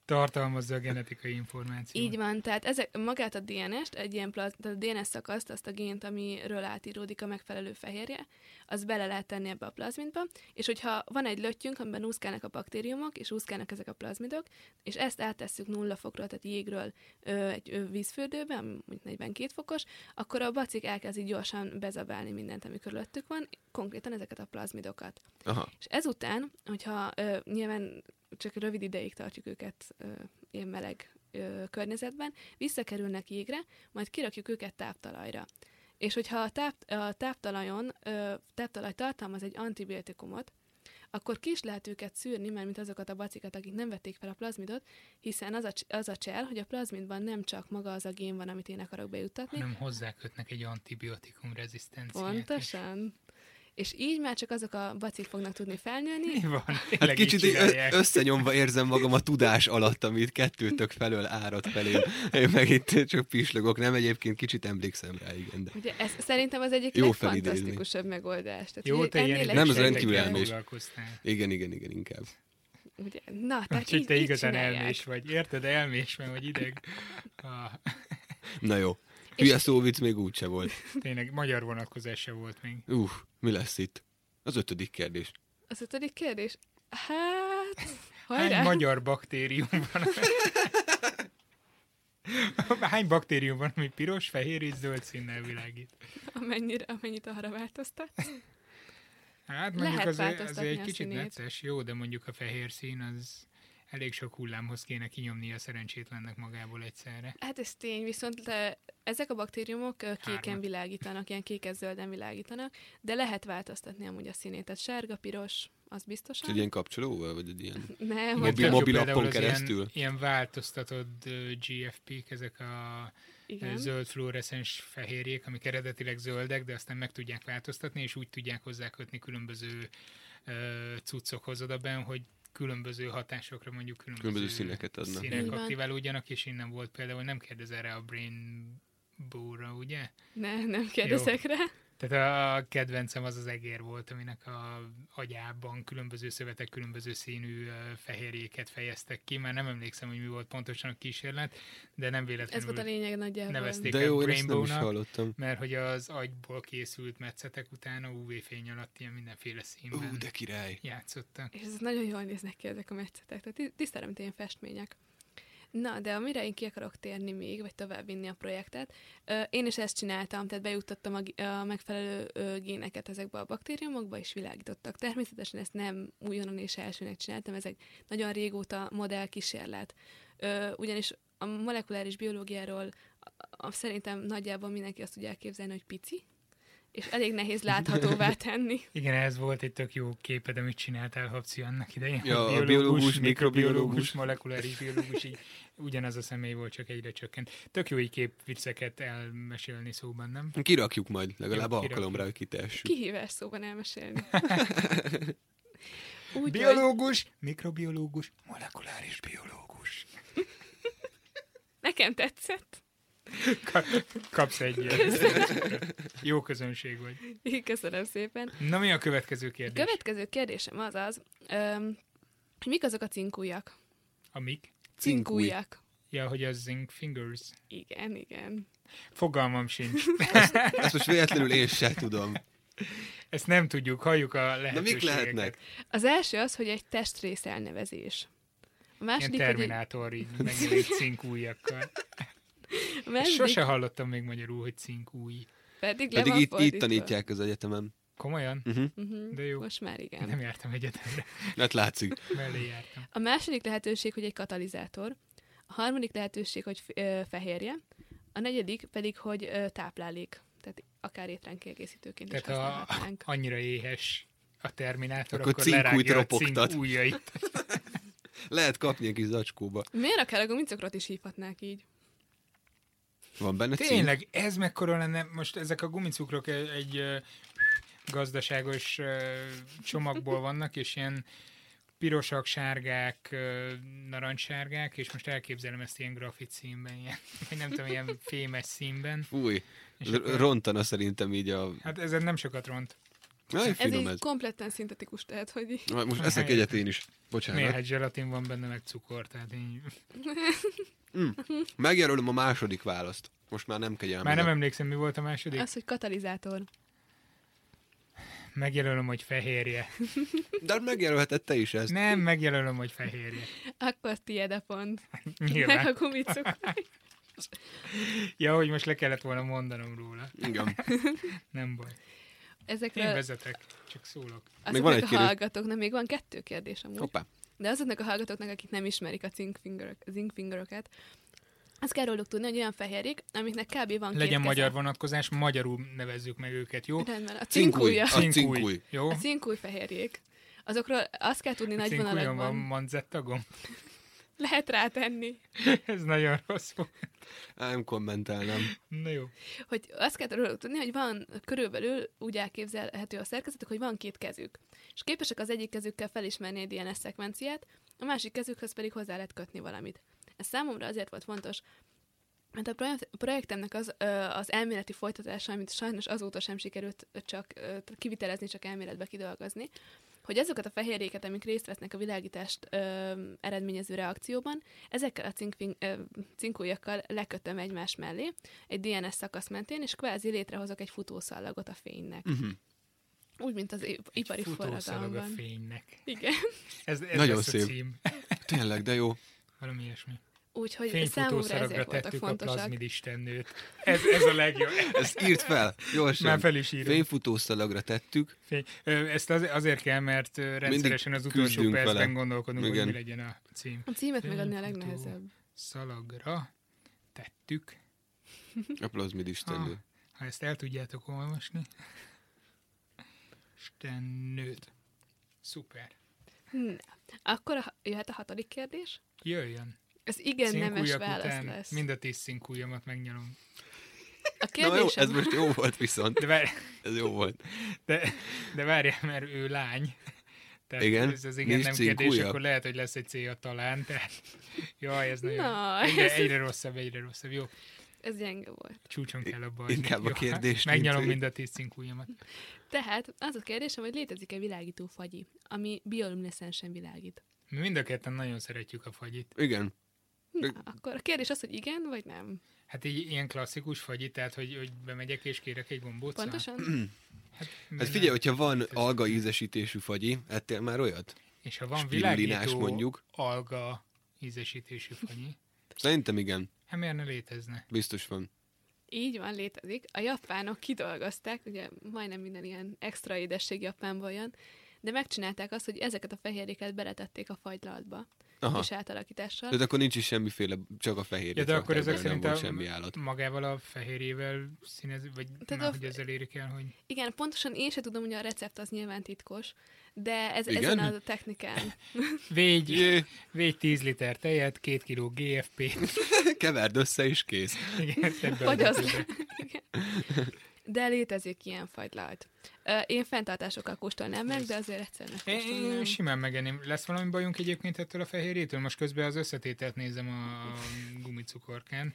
Speaker 3: Tartalmazza a genetikai információt.
Speaker 2: Így van, tehát ezek, magát a DNS-t, egy ilyen plaz, tehát a DNS szakaszt, azt a gént, amiről átíródik a megfelelő fehérje, az bele lehet tenni ebbe a plazmidba, és hogyha van egy löttyünk, amiben úszkálnak a baktériumok, és úszkálnak ezek a plazmidok, és ezt áttesszük nulla fokról, tehát jégről ö, egy ö, vízfürdőbe, ami mondjuk 42 fokos, akkor a bacik elkezdi gyorsan bezabálni mindent, ami körülöttük van, konkrétan ezeket a plazmidokat.
Speaker 1: Aha.
Speaker 2: És ezután, hogyha ö, nyilván csak rövid ideig tartjuk őket ö, ilyen meleg ö, környezetben, visszakerülnek jégre, majd kirakjuk őket táptalajra. És hogyha a, táp, a táptalajon, ö, táptalaj tartalmaz egy antibiotikumot, akkor ki is lehet őket szűrni, mert mint azokat a bacikat, akik nem vették fel a plazmidot, hiszen az a, cs- az a csel, hogy a plazmidban nem csak maga az a gén van, amit én akarok bejuttatni,
Speaker 3: hanem hozzákötnek egy antibiotikum rezisztenciát.
Speaker 2: pontosan. És így már csak azok a bacik fognak tudni felnőni,
Speaker 3: Mi van? Tényleg
Speaker 1: Hát kicsit
Speaker 3: így
Speaker 1: így ö-
Speaker 3: csinálják.
Speaker 1: összenyomva érzem magam a tudás alatt, amit kettőtök felől árad felém. Én meg itt csak pislogok, nem egyébként kicsit emlékszem rá, igen. De.
Speaker 2: Ugye ez szerintem az egyik
Speaker 1: Jó felidézni.
Speaker 2: legfantasztikusabb megoldás. Tehát,
Speaker 3: Jó,
Speaker 2: ugye
Speaker 3: te ilyen
Speaker 2: ennél
Speaker 1: Nem, ez
Speaker 2: egyszerűbb-
Speaker 1: rendkívül
Speaker 3: idegségekkel
Speaker 1: elmés.
Speaker 3: foglalkoztál.
Speaker 1: Igen, igen, igen, inkább.
Speaker 2: Ugye, na, tehát
Speaker 3: Úgyhogy
Speaker 2: így,
Speaker 3: Hát, te
Speaker 2: így
Speaker 3: igazán
Speaker 2: csinálják.
Speaker 3: elmés vagy. Érted? Elmés, mert vagy ideg. Ah,
Speaker 1: Na jó. Hülye szóvic még úgyse volt.
Speaker 3: tényleg magyar vonatkozás se volt még.
Speaker 1: Uff, mi lesz itt? Az ötödik kérdés.
Speaker 2: Az ötödik kérdés. Hát, hajrá.
Speaker 3: Hány magyar baktérium van? Hány baktérium van, ami piros, fehér és zöld színnel világít?
Speaker 2: Amennyire, amennyit arra változtat. Lehet
Speaker 3: Hát mondjuk az, az
Speaker 2: változtatni
Speaker 3: egy
Speaker 2: a
Speaker 3: kicsit
Speaker 2: színét.
Speaker 3: necces, jó, de mondjuk a fehér szín az elég sok hullámhoz kéne kinyomni a szerencsétlennek magából egyszerre.
Speaker 2: Hát ez tény, viszont le, ezek a baktériumok ö, kéken
Speaker 3: Hármat.
Speaker 2: világítanak, ilyen kékes-zölden világítanak, de lehet változtatni amúgy a színét. Tehát sárga, piros, az
Speaker 1: És
Speaker 2: biztosan.
Speaker 1: egy ilyen kapcsolóval, vagy egy ilyen?
Speaker 2: Nem,
Speaker 1: Mobi-
Speaker 3: Tök
Speaker 2: hogy
Speaker 3: jó
Speaker 1: mobilappon
Speaker 3: például az
Speaker 1: keresztül?
Speaker 3: Ilyen, ilyen változtatott ö, GFP-k, ezek a Igen.
Speaker 2: igen.
Speaker 3: zöld fluoreszens fehérjék, amik eredetileg zöldek, de aztán meg tudják változtatni, és úgy tudják hozzákötni különböző ö, cuccokhoz oda benn, hogy különböző hatásokra mondjuk különböző,
Speaker 1: Különböző színeket adnak.
Speaker 3: színek
Speaker 2: Így van.
Speaker 3: aktiválódjanak, és innen volt például, nem kérdez erre a Brain Bóra, ugye?
Speaker 2: Ne, nem kérdezek rá.
Speaker 3: Tehát a kedvencem az az egér volt, aminek a agyában különböző szövetek, különböző színű ö, fehérjéket fejeztek ki. Már nem emlékszem, hogy mi volt pontosan a kísérlet, de nem véletlenül.
Speaker 2: Ez volt a lényeg nagyjából.
Speaker 3: nevezték.
Speaker 1: De jó, én ezt nem is
Speaker 3: Rainbow-nak.
Speaker 1: hallottam.
Speaker 3: mert hogy az agyból készült metszetek utána UV-fény alatt ilyen mindenféle színben
Speaker 1: Ú, de király.
Speaker 3: játszottak.
Speaker 2: És ez nagyon jól néznek ki ezek a metszetek, tehát ti- tisztára, mint ilyen festmények. Na, de amire én ki akarok térni még, vagy továbbvinni a projektet, ö, én is ezt csináltam, tehát bejuttattam a, g- a megfelelő ö, géneket ezekbe a baktériumokba, és világítottak. Természetesen ezt nem újonnan és elsőnek csináltam, ezek nagyon régóta modellkísérlet. Ö, Ugyanis a molekuláris biológiáról a- a- szerintem nagyjából mindenki azt tudja elképzelni, hogy pici, és elég nehéz láthatóvá tenni.
Speaker 3: Igen, ez volt egy tök jó képed, amit csináltál, Habci, annak idején.
Speaker 1: Ja, a biológus, mikrobiológus.
Speaker 3: molekuláris biológus, így ugyanaz a személy volt, csak egyre csökkent. Tök jó így képvicceket elmesélni szóban, nem?
Speaker 1: Kirakjuk majd, legalább
Speaker 3: Jó, kirakjuk.
Speaker 1: alkalomra, hogy kitessük.
Speaker 2: Kihívás szóban elmesélni. Úgy, hogy
Speaker 3: Biológus, mikrobiológus, molekuláris biológus.
Speaker 2: nekem tetszett.
Speaker 3: Ka- Kapsz egy ilyet. Jó közönség vagy.
Speaker 2: Így Köszönöm szépen.
Speaker 3: Na mi a következő
Speaker 2: A
Speaker 3: kérdés?
Speaker 2: következő kérdésem az az, öm, hogy mik azok a cinkújak?
Speaker 3: A mik?
Speaker 1: Cinkúj.
Speaker 2: Cinkújak.
Speaker 3: Ja, hogy a zinc fingers.
Speaker 2: Igen, igen.
Speaker 3: Fogalmam sincs.
Speaker 1: Ezt most véletlenül én se tudom.
Speaker 3: Ezt nem tudjuk, halljuk a
Speaker 1: Na
Speaker 3: lehetőségeket.
Speaker 1: mik lehetnek?
Speaker 2: Az első az, hogy egy testrész elnevezés. A
Speaker 3: Ilyen
Speaker 2: második, hogy egy,
Speaker 3: Terminátor így megjelent cinkújakkal.
Speaker 2: a második
Speaker 3: Sose hallottam még magyarul, hogy cinkúj.
Speaker 2: pedig le
Speaker 1: Pedig
Speaker 2: van
Speaker 1: itt, itt
Speaker 2: fordítva.
Speaker 1: tanítják az egyetemen.
Speaker 3: Komolyan?
Speaker 1: Uh-huh.
Speaker 2: Mhm.
Speaker 3: De jó.
Speaker 2: Most már igen.
Speaker 3: Nem jártam egyetemre.
Speaker 1: Hát látszik.
Speaker 3: Mellé jártam.
Speaker 2: A második lehetőség, hogy egy katalizátor. A harmadik lehetőség, hogy f- ö, fehérje. A negyedik pedig, hogy ö, táplálék. Tehát akár étrendkiegészítőként is
Speaker 3: Tehát ha
Speaker 2: használhatnánk.
Speaker 3: annyira éhes a Terminátor,
Speaker 1: Akkor
Speaker 3: akkor,
Speaker 1: cinkújt
Speaker 3: lerágja a
Speaker 1: ropogtat.
Speaker 3: cinkújjait.
Speaker 1: Lehet kapni egy kis zacskóba.
Speaker 2: Miért akár a gumicokrot is hívhatnák így?
Speaker 1: Van benne cink?
Speaker 3: Tényleg, ez mekkora lenne, most ezek a gumicukrok egy, egy ö, gazdaságos ö, csomagból vannak, és ilyen pirosak, sárgák, ö, narancssárgák, és most elképzelem ezt ilyen grafit színben, ilyen, vagy nem tudom, ilyen fémes színben.
Speaker 1: Fúj.
Speaker 3: És
Speaker 1: Ez
Speaker 3: akkor-
Speaker 1: Rontana szerintem így a...
Speaker 3: Hát ezen nem sokat ront.
Speaker 1: Nagyon
Speaker 2: Ez
Speaker 1: finom ez.
Speaker 2: egy kompletten szintetikus, tehát hogy így-
Speaker 1: Na, Most eszek egyet én is. Bocsánat.
Speaker 3: Néhány zselatin van benne, meg cukor, tehát én
Speaker 1: Megjelölöm a második választ. Most már nem kegyelmezem.
Speaker 3: már nem emlékszem, mi volt a második.
Speaker 2: az, hogy katalizátor.
Speaker 3: Megjelölöm, hogy fehérje.
Speaker 1: De megjelölheted te is ezt.
Speaker 3: Nem, megjelölöm, hogy fehérje.
Speaker 2: Akkor tiéd a pont. Meg a
Speaker 3: Nyilván.
Speaker 2: gumicukor.
Speaker 3: Ja, hogy most le kellett volna mondanom róla.
Speaker 1: Igen.
Speaker 3: Nem baj. Én
Speaker 2: Ezekre
Speaker 3: vezetek, csak szólok.
Speaker 1: Még van
Speaker 2: azoknak
Speaker 1: egy
Speaker 2: a
Speaker 1: kérdés.
Speaker 2: hallgatóknak, még van kettő kérdés amúgy.
Speaker 1: Hoppá.
Speaker 2: De azoknak a hallgatóknak, akik nem ismerik a zinkfingerök, zinkfingeröket, azt kell róluk tudni, hogy olyan fehérjék, amiknek kb. van két
Speaker 3: Legyen
Speaker 2: keze.
Speaker 3: magyar vonatkozás, magyarul nevezzük meg őket, jó?
Speaker 2: Rendben, a
Speaker 1: Cinkúj.
Speaker 2: cinkúja.
Speaker 1: A cinkúj.
Speaker 3: Jó?
Speaker 2: A cinkúj fehérjék. Azokról azt kell tudni nagy
Speaker 3: Cinkújon van
Speaker 2: vonalakban.
Speaker 3: manzett agom?
Speaker 2: Lehet rátenni.
Speaker 3: Ez nagyon rossz volt.
Speaker 1: Á, Nem kommentelnem.
Speaker 3: Na jó.
Speaker 2: Hogy azt kell róluk tudni, hogy van körülbelül úgy elképzelhető a szerkezetük, hogy van két kezük. És képesek az egyik kezükkel felismerni egy DNS szekvenciát, a másik kezükhöz pedig hozzá lehet kötni valamit. Ez számomra azért volt fontos, mert a projekt- projektemnek az, ö, az elméleti folytatása, amit sajnos azóta sem sikerült csak ö, kivitelezni, csak elméletbe kidolgozni, hogy azokat a fehérjéket, amik részt vesznek a világítást ö, eredményező reakcióban, ezekkel a cinkfing, ö, cinkújakkal lekötöm egymás mellé, egy DNS szakasz mentén, és kvázi létrehozok egy futószallagot a fénynek.
Speaker 1: Mhm.
Speaker 2: Úgy, mint az i- ipari
Speaker 3: Futószalag a
Speaker 2: forradalomban.
Speaker 3: fénynek.
Speaker 2: Igen.
Speaker 3: Ez, ez
Speaker 1: Nagyon
Speaker 3: nagyon lesz szép.
Speaker 1: szép.
Speaker 3: a cím.
Speaker 1: Tényleg, de jó.
Speaker 3: Valami ilyesmi.
Speaker 2: Úgyhogy számomra
Speaker 3: Fényfutószalagra
Speaker 2: ezek voltak
Speaker 3: tettük a
Speaker 2: fontosak.
Speaker 3: plazmid istennőt. Ez, ez a legjobb.
Speaker 1: Ezt írt fel. Gyorsan.
Speaker 3: Már fel is írom.
Speaker 1: Fényfutószalagra tettük.
Speaker 3: Fény. Ö, Ezt az, azért kell, mert ö, rendszeresen az utolsó
Speaker 1: küzdünk
Speaker 3: percben
Speaker 1: vele.
Speaker 3: gondolkodunk,
Speaker 1: Igen.
Speaker 3: hogy mi legyen a cím.
Speaker 2: A címet megadni a
Speaker 3: Fényfutó.
Speaker 2: legnehezebb.
Speaker 3: Szalagra tettük.
Speaker 1: A plazmid
Speaker 3: Ah.
Speaker 1: istennő.
Speaker 3: Ha ezt el tudjátok olvasni. Istennőt. Szuper.
Speaker 2: Na. Akkor a, jöhet a hatodik kérdés.
Speaker 3: Jöjjön.
Speaker 2: Ez igen nemes
Speaker 3: Szinkújak
Speaker 2: válasz lesz.
Speaker 3: mind a tíz szinkújamat megnyalom.
Speaker 2: A
Speaker 1: Na jó, ez
Speaker 2: kérdésem,
Speaker 1: most jó volt viszont.
Speaker 3: De, vár,
Speaker 1: Ez jó volt.
Speaker 3: de, de várjál, mert ő lány. Tehát
Speaker 1: Igen?
Speaker 3: ez az
Speaker 1: Mi
Speaker 3: igen
Speaker 1: is
Speaker 3: nem kérdés,
Speaker 1: cinkújak?
Speaker 3: akkor lehet, hogy lesz egy célja talán. Tehát, jaj, ez nagyon...
Speaker 2: Na,
Speaker 3: egyre,
Speaker 2: ez-
Speaker 3: egyre rosszabb, egyre rosszabb. Jó,
Speaker 2: ez gyenge volt.
Speaker 3: csúcson kell abba
Speaker 1: I- inkább
Speaker 3: hagyni.
Speaker 1: a
Speaker 3: Jó, hát
Speaker 1: kérdés, mint
Speaker 3: Megnyalom
Speaker 1: hogy-
Speaker 3: mind a tíz cinkújamat.
Speaker 2: Tehát az a kérdésem, hogy létezik-e világító fagyi, ami bioluminescensen világít.
Speaker 3: Mi mind a ketten nagyon szeretjük a fagyit.
Speaker 1: Igen.
Speaker 2: Na,
Speaker 1: Ö-
Speaker 2: akkor a kérdés az, hogy igen vagy nem.
Speaker 3: Hát egy ilyen klasszikus fagyit, tehát hogy, hogy bemegyek és kérek egy gombócot.
Speaker 2: Pontosan?
Speaker 3: Hát,
Speaker 1: Hát figyelj, hogyha van alga ízesítésű fagyi, ettél már olyat?
Speaker 3: És ha van
Speaker 1: spirulinás
Speaker 3: világító
Speaker 1: mondjuk.
Speaker 3: mondjuk. alga ízesítésű fanyi,
Speaker 1: Szerintem igen.
Speaker 3: hát miért ne létezne?
Speaker 1: Biztos van.
Speaker 2: Így van, létezik. A japánok kidolgozták, ugye majdnem minden ilyen extra édesség Japánból jön, de megcsinálták azt, hogy ezeket a fehérjéket beletették a fagylaltba. Aha.
Speaker 1: Aha.
Speaker 2: kis átalakítással.
Speaker 1: Tehát akkor nincs is semmiféle, csak a fehér.
Speaker 3: Ja, de akkor ezek
Speaker 1: nem
Speaker 3: szerint
Speaker 1: volt
Speaker 3: a,
Speaker 1: semmi állat.
Speaker 3: magával a fehérjével színez, vagy
Speaker 2: a-
Speaker 3: Tehát már, hogy ezzel érik el, hogy...
Speaker 2: Igen, pontosan én se tudom, hogy a recept az nyilván titkos, de ez,
Speaker 1: Igen?
Speaker 2: ezen a technikán.
Speaker 3: Végy,
Speaker 1: Jé,
Speaker 3: végy 10 liter tejet, 2 kg GFP.
Speaker 1: keverd össze és kész.
Speaker 3: Igen, ebből
Speaker 2: Vagy az
Speaker 3: lehet,
Speaker 2: le. Igen. De létezik ilyen fajtlalt. Ö, Én fenntartásokkal kóstolnám meg, de azért egyszer
Speaker 3: Én
Speaker 2: megkóstolnám.
Speaker 3: én simán megenném. Lesz valami bajunk egyébként ettől a fehérjétől? Most közben az összetételt nézem a a gumicukorkán.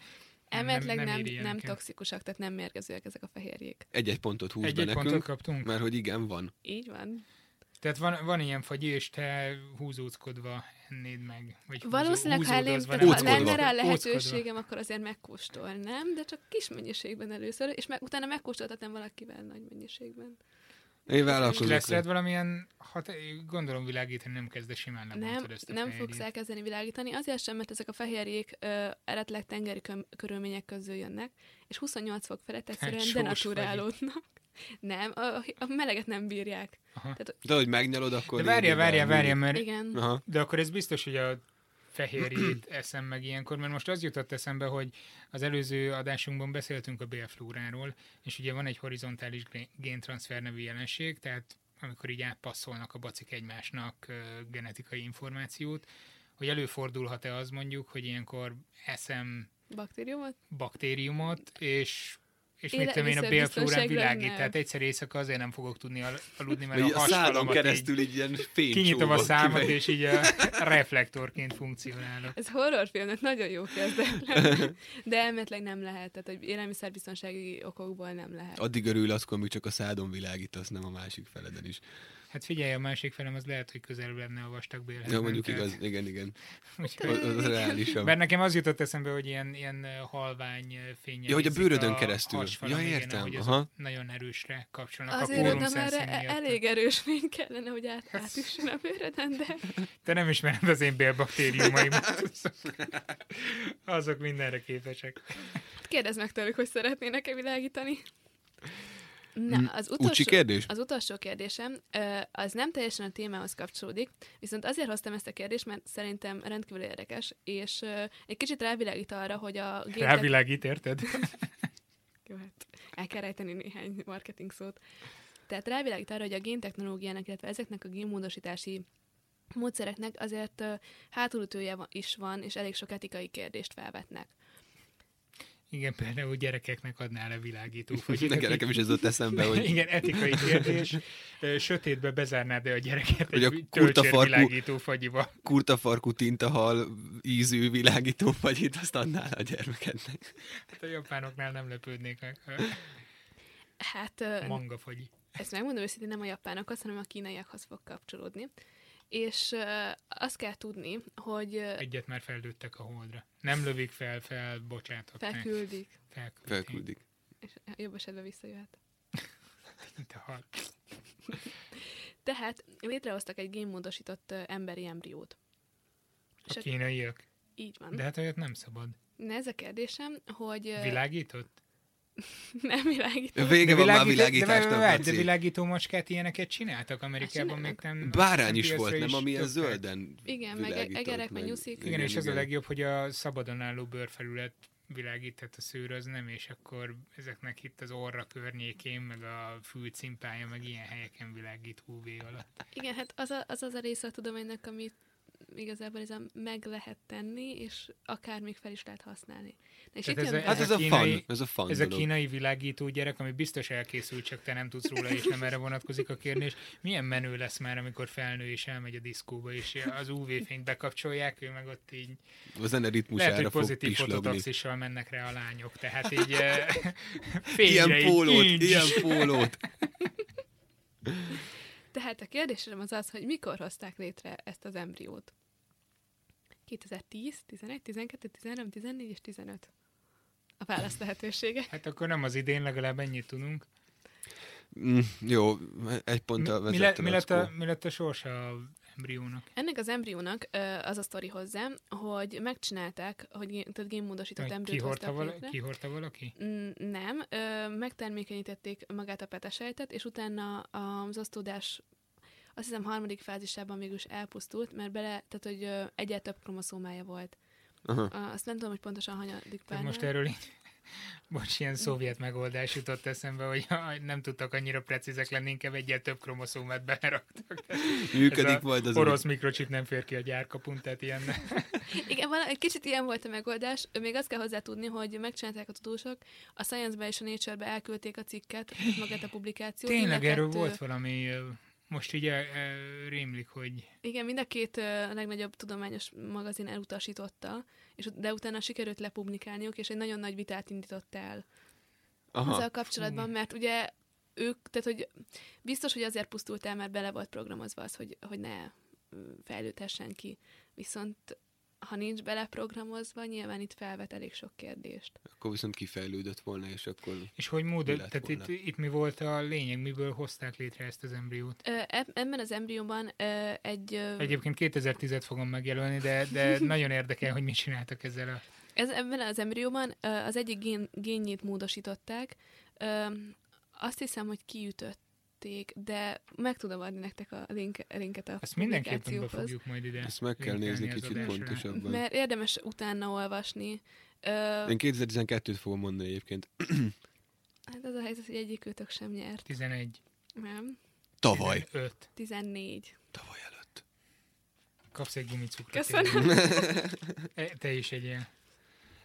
Speaker 2: Elméletileg nem, nem,
Speaker 3: éri
Speaker 2: nem,
Speaker 3: ilyeneket.
Speaker 2: toxikusak, tehát nem mérgezőek ezek a fehérjék.
Speaker 1: Egy-egy pontot húz be
Speaker 3: Egy-egy
Speaker 1: nekünk,
Speaker 3: pontot kaptunk?
Speaker 1: mert hogy igen, van.
Speaker 2: Így van.
Speaker 3: Tehát van, van ilyen fagy, és te húzóckodva ennéd meg. Vagy húzó-
Speaker 2: Valószínűleg, ha, elém,
Speaker 3: húzódozva,
Speaker 2: ha
Speaker 3: nem
Speaker 1: Óckodva.
Speaker 2: lenne
Speaker 3: tudom.
Speaker 2: rá
Speaker 3: Óckodva.
Speaker 2: lehetőségem, akkor azért megkóstolnám, de csak kis mennyiségben először, és meg, utána megkóstoltatnám valakivel nagy mennyiségében.
Speaker 1: Én
Speaker 3: És
Speaker 1: vállalkozok.
Speaker 3: lesz rád valamilyen, hát gondolom világítani nem kezd, de simán
Speaker 2: Nem,
Speaker 3: lebontod ezt a
Speaker 2: nem
Speaker 3: fehérjét.
Speaker 2: fogsz elkezdeni világítani, azért sem, mert ezek a fehérjék ö, eredetileg tengeri köm- körülmények közül jönnek, és 28 fok felett egyszerűen
Speaker 3: sós
Speaker 2: denaturálódnak. Nem, a, a meleget nem bírják.
Speaker 3: Aha.
Speaker 2: Tehát,
Speaker 1: De hogy megnyalod, akkor...
Speaker 3: De várja,
Speaker 1: így
Speaker 3: várja,
Speaker 1: elmúlik.
Speaker 3: várja, mert
Speaker 2: igen.
Speaker 1: Aha.
Speaker 3: De akkor ez biztos, hogy a fehérjét eszem meg ilyenkor, mert most az jutott eszembe, hogy az előző adásunkban beszéltünk a bélflóráról, és ugye van egy horizontális gré- géntranszfer nevű jelenség, tehát amikor így átpasszolnak a bacik egymásnak ö, genetikai információt, hogy előfordulhat-e az mondjuk, hogy ilyenkor eszem
Speaker 2: Baktériumot?
Speaker 3: baktériumot, és és
Speaker 2: Éle-
Speaker 3: mit tudom én, a bélflórán
Speaker 2: viszonybiztonságra
Speaker 3: világít,
Speaker 2: nem.
Speaker 3: tehát egyszer éjszaka azért nem fogok tudni al- aludni, mert
Speaker 1: Vagy
Speaker 3: a
Speaker 1: a szádon
Speaker 3: hasfalamat így
Speaker 1: keresztül így ilyen fény
Speaker 3: kinyitom a
Speaker 1: csóvak
Speaker 3: számot,
Speaker 1: kimegy.
Speaker 3: és így a reflektorként funkcionálok.
Speaker 2: Ez horrorfilmnek nagyon jó kezdetlen. De elméletileg nem lehet, tehát hogy élelmiszerbiztonsági okokból nem lehet.
Speaker 1: Addig örül az, amíg csak a szádon világítasz, nem a másik feleden is.
Speaker 3: Hát figyelj, a másik felem az lehet, hogy közelebb lenne a vastag bélhez.
Speaker 1: Ja, mondjuk igaz, igen, igen. Az,
Speaker 3: Úgyhogy,
Speaker 1: az reálisabb.
Speaker 3: mert nekem az jutott eszembe, hogy ilyen, ilyen ö, halvány fény.
Speaker 1: Ja, hogy a bőrödön keresztül. Ja, értem,
Speaker 3: Igen, ahogy azok
Speaker 1: aha.
Speaker 3: nagyon erősre kapcsolnak
Speaker 2: Azért
Speaker 3: a
Speaker 2: oda már
Speaker 3: pórumszánszín
Speaker 2: e-
Speaker 3: miatt. Hát-
Speaker 2: elég erős fény kellene, hogy át, átüssön a bőröden, de
Speaker 3: Te nem ismered az én bélbaktériumaimat. Azok mindenre képesek.
Speaker 2: Kérdezd meg tőlük, hogy szeretnének-e világítani.
Speaker 3: Hm,
Speaker 2: Na, az
Speaker 1: Ucsi
Speaker 2: utolsó,
Speaker 1: kérdés?
Speaker 2: az utolsó kérdésem, ö, az nem teljesen a témához kapcsolódik, viszont azért hoztam ezt a kérdést, mert szerintem rendkívül érdekes, és ö, egy kicsit rávilágít arra, hogy a géntech-
Speaker 3: Rávilágít, érted?
Speaker 2: Jó, hát el kell rejteni néhány marketing szót. Tehát rávilágít arra, hogy a géntechnológiának, illetve ezeknek a génmódosítási módszereknek azért ö, hátulütője va- is van, és elég sok etikai kérdést felvetnek.
Speaker 3: Igen, például gyerekeknek adnál a világító fogyit,
Speaker 1: Nekem,
Speaker 3: akik-
Speaker 1: nekem is ez ott eszembe, hogy
Speaker 3: Igen, etikai kérdés. Ö, Sötétbe bezárnád de a gyereket
Speaker 1: Hogy a
Speaker 3: egy
Speaker 1: kurta farkú-
Speaker 3: töltsérvilágító fagyiba.
Speaker 1: kurtafarkú tintahal ízű világító vagy itt azt adnál a gyermekednek.
Speaker 3: Hát a japánoknál nem lepődnék meg.
Speaker 2: Hát ö,
Speaker 3: Manga fagyi.
Speaker 2: ezt megmondom őszintén, nem a japánokhoz, hanem a kínaiakhoz fog kapcsolódni. És ö, azt kell tudni, hogy ö,
Speaker 3: Egyet már feldőttek a holdra. Nem lövik fel, fel, bocsátok. meg.
Speaker 2: felküldik,
Speaker 3: Felküldik.
Speaker 1: Felküldik.
Speaker 2: és jobb esetben visszajöhet.
Speaker 3: Mint a hal.
Speaker 2: Tehát létrehoztak egy génmódosított ö, emberi embriót.
Speaker 3: A
Speaker 2: És a-
Speaker 3: kínaiak.
Speaker 2: Így van.
Speaker 3: De hát olyat nem szabad.
Speaker 2: Na ez a kérdésem, hogy ö,
Speaker 3: Világított?
Speaker 2: nem világít.
Speaker 1: Vége van már
Speaker 3: de, várj,
Speaker 1: világításnak,
Speaker 3: várj, de
Speaker 1: Laci.
Speaker 3: világító macskát ilyeneket csináltak Amerikában, még
Speaker 2: csinálnak.
Speaker 3: nem...
Speaker 1: Bárány
Speaker 3: nem
Speaker 1: is
Speaker 3: piacra
Speaker 1: volt, nem? Ami ilyen
Speaker 3: dobták.
Speaker 1: zölden
Speaker 2: Igen, meg e-
Speaker 1: világított,
Speaker 2: egerek, meg nyuszik.
Speaker 3: Igen, és az a legjobb, hogy a szabadon álló bőrfelület világít, tehát a szőr az nem, és akkor ezeknek itt az orra környékén, meg a fülcimpája, meg ilyen helyeken világít UV alatt.
Speaker 2: Igen, hát az a, az, az a része a tudománynak, amit igazából ez a meg lehet tenni, és akár még fel is lehet használni. Na, és itt
Speaker 3: Tehát
Speaker 2: jön be,
Speaker 1: Hát ez
Speaker 3: Ez
Speaker 1: a
Speaker 3: a
Speaker 1: fun,
Speaker 3: kínai-
Speaker 1: ez a fun
Speaker 3: Ez a
Speaker 1: dolog.
Speaker 3: kínai világító gyerek, ami biztos elkészült, csak te nem tudsz róla, és nem erre vonatkozik a kérdés. Milyen menő lesz már, amikor felnő és elmegy a diszkóba, és az UV-fényt bekapcsolják, ő meg ott így
Speaker 1: A zene
Speaker 3: Lehet,
Speaker 1: ritmusára
Speaker 3: hogy
Speaker 1: fog
Speaker 3: pozitív
Speaker 1: pislogni.
Speaker 3: fototaxissal mennek rá a lányok, tehát így eh, fényre
Speaker 1: Ilyen
Speaker 3: így
Speaker 1: pólót,
Speaker 3: kincs.
Speaker 1: ilyen pólót.
Speaker 2: Tehát a kérdésem az az, hogy mikor hozták létre ezt az embriót? 2010, 11, 12, 13, 14 és 15. A válasz lehetősége.
Speaker 3: Hát akkor nem az idén, legalább ennyit tudunk.
Speaker 1: Mm, jó, egy ponttal
Speaker 3: Mi, mi, lett,
Speaker 1: vezette
Speaker 3: mi, lett
Speaker 1: Lackó.
Speaker 3: a, mi lett a sorsa a embriónak?
Speaker 2: Ennek az embriónak ö, az a sztori hozzá, hogy megcsinálták, hogy gé- tehát génmódosított
Speaker 3: Hogy
Speaker 2: embriót
Speaker 3: Kihordta,
Speaker 2: hoztak
Speaker 3: vala,
Speaker 2: létre.
Speaker 3: kihordta valaki?
Speaker 2: Mm, Nem, ö, megtermékenyítették magát a petesejtet, és utána az osztódás, a azt hiszem harmadik fázisában mégis elpusztult, mert bele, tehát hogy ö, egyel több kromoszómája volt.
Speaker 1: Aha.
Speaker 2: Ö, Azt nem tudom, hogy pontosan hanyadik pár.
Speaker 3: Tehát most er- erről így, bocs, ilyen szovjet megoldás jutott eszembe, hogy ha nem tudtak annyira precízek lenni, inkább egyet több kromoszómát beleraktak.
Speaker 1: Működik
Speaker 3: Ez a
Speaker 1: majd az új.
Speaker 3: Orosz mikrocsip nem fér ki a gyárkapun, tehát ilyen
Speaker 2: Igen, vala, egy kicsit ilyen volt a megoldás. Még azt kell hozzá tudni, hogy megcsinálták a tudósok, a Science-be és a Nature-be elküldték a cikket, tehát magát a publikációt. mind a
Speaker 3: Tényleg erről
Speaker 2: kettő-
Speaker 3: volt valami, ö, most így ö, ö, rémlik, hogy
Speaker 2: Igen, mind a két ö, legnagyobb tudományos magazin elutasította, és ut- de utána sikerült lepublikálniuk, és egy nagyon nagy vitát indított el Aha.
Speaker 1: Aha.
Speaker 2: ezzel kapcsolatban, mert ugye ők, tehát hogy biztos, hogy azért pusztult el, mert bele volt programozva az, hogy, hogy ne mm, fejlődhessen ki. Viszont ha nincs beleprogramozva, nyilván itt felvet elég sok kérdést.
Speaker 1: Akkor viszont kifejlődött volna, és akkor...
Speaker 3: és hogy mód,
Speaker 1: Mi lett
Speaker 3: tehát itt,
Speaker 1: volna?
Speaker 3: itt mi volt a lényeg, miből hozták létre ezt az embriót.
Speaker 2: Ö, eb- Ebben az embrióban ö, egy... ö,
Speaker 3: Egyébként 2010-et fogom megjelölni, de, de nagyon érdekel, hogy mit csináltak ezzel a...
Speaker 2: Ez, ebben az embrióban ö, az egyik gén, génjét módosították. Ö, Azt hiszem, hogy kiütötték, de meg tudom adni nektek a link, linket a
Speaker 3: Ezt mindenképpen be
Speaker 2: publikációhoz.
Speaker 3: fogjuk majd ide.
Speaker 1: Ezt meg kell
Speaker 3: linkelni
Speaker 1: nézni
Speaker 3: az
Speaker 1: kicsit
Speaker 3: adásra.
Speaker 1: pontosabban.
Speaker 2: Mert érdemes utána olvasni. Ö,
Speaker 1: Én 2012-t fogom mondani egyébként.
Speaker 2: hát az a helyzet, hogy egyikőtök sem nyert.
Speaker 3: 11.
Speaker 2: Nem.
Speaker 1: Tavaly.
Speaker 3: 5.
Speaker 2: 14.
Speaker 1: Tavaly előtt.
Speaker 3: Kapsz egy gumicukrot.
Speaker 2: Köszönöm.
Speaker 3: E, Te is egy ilyen.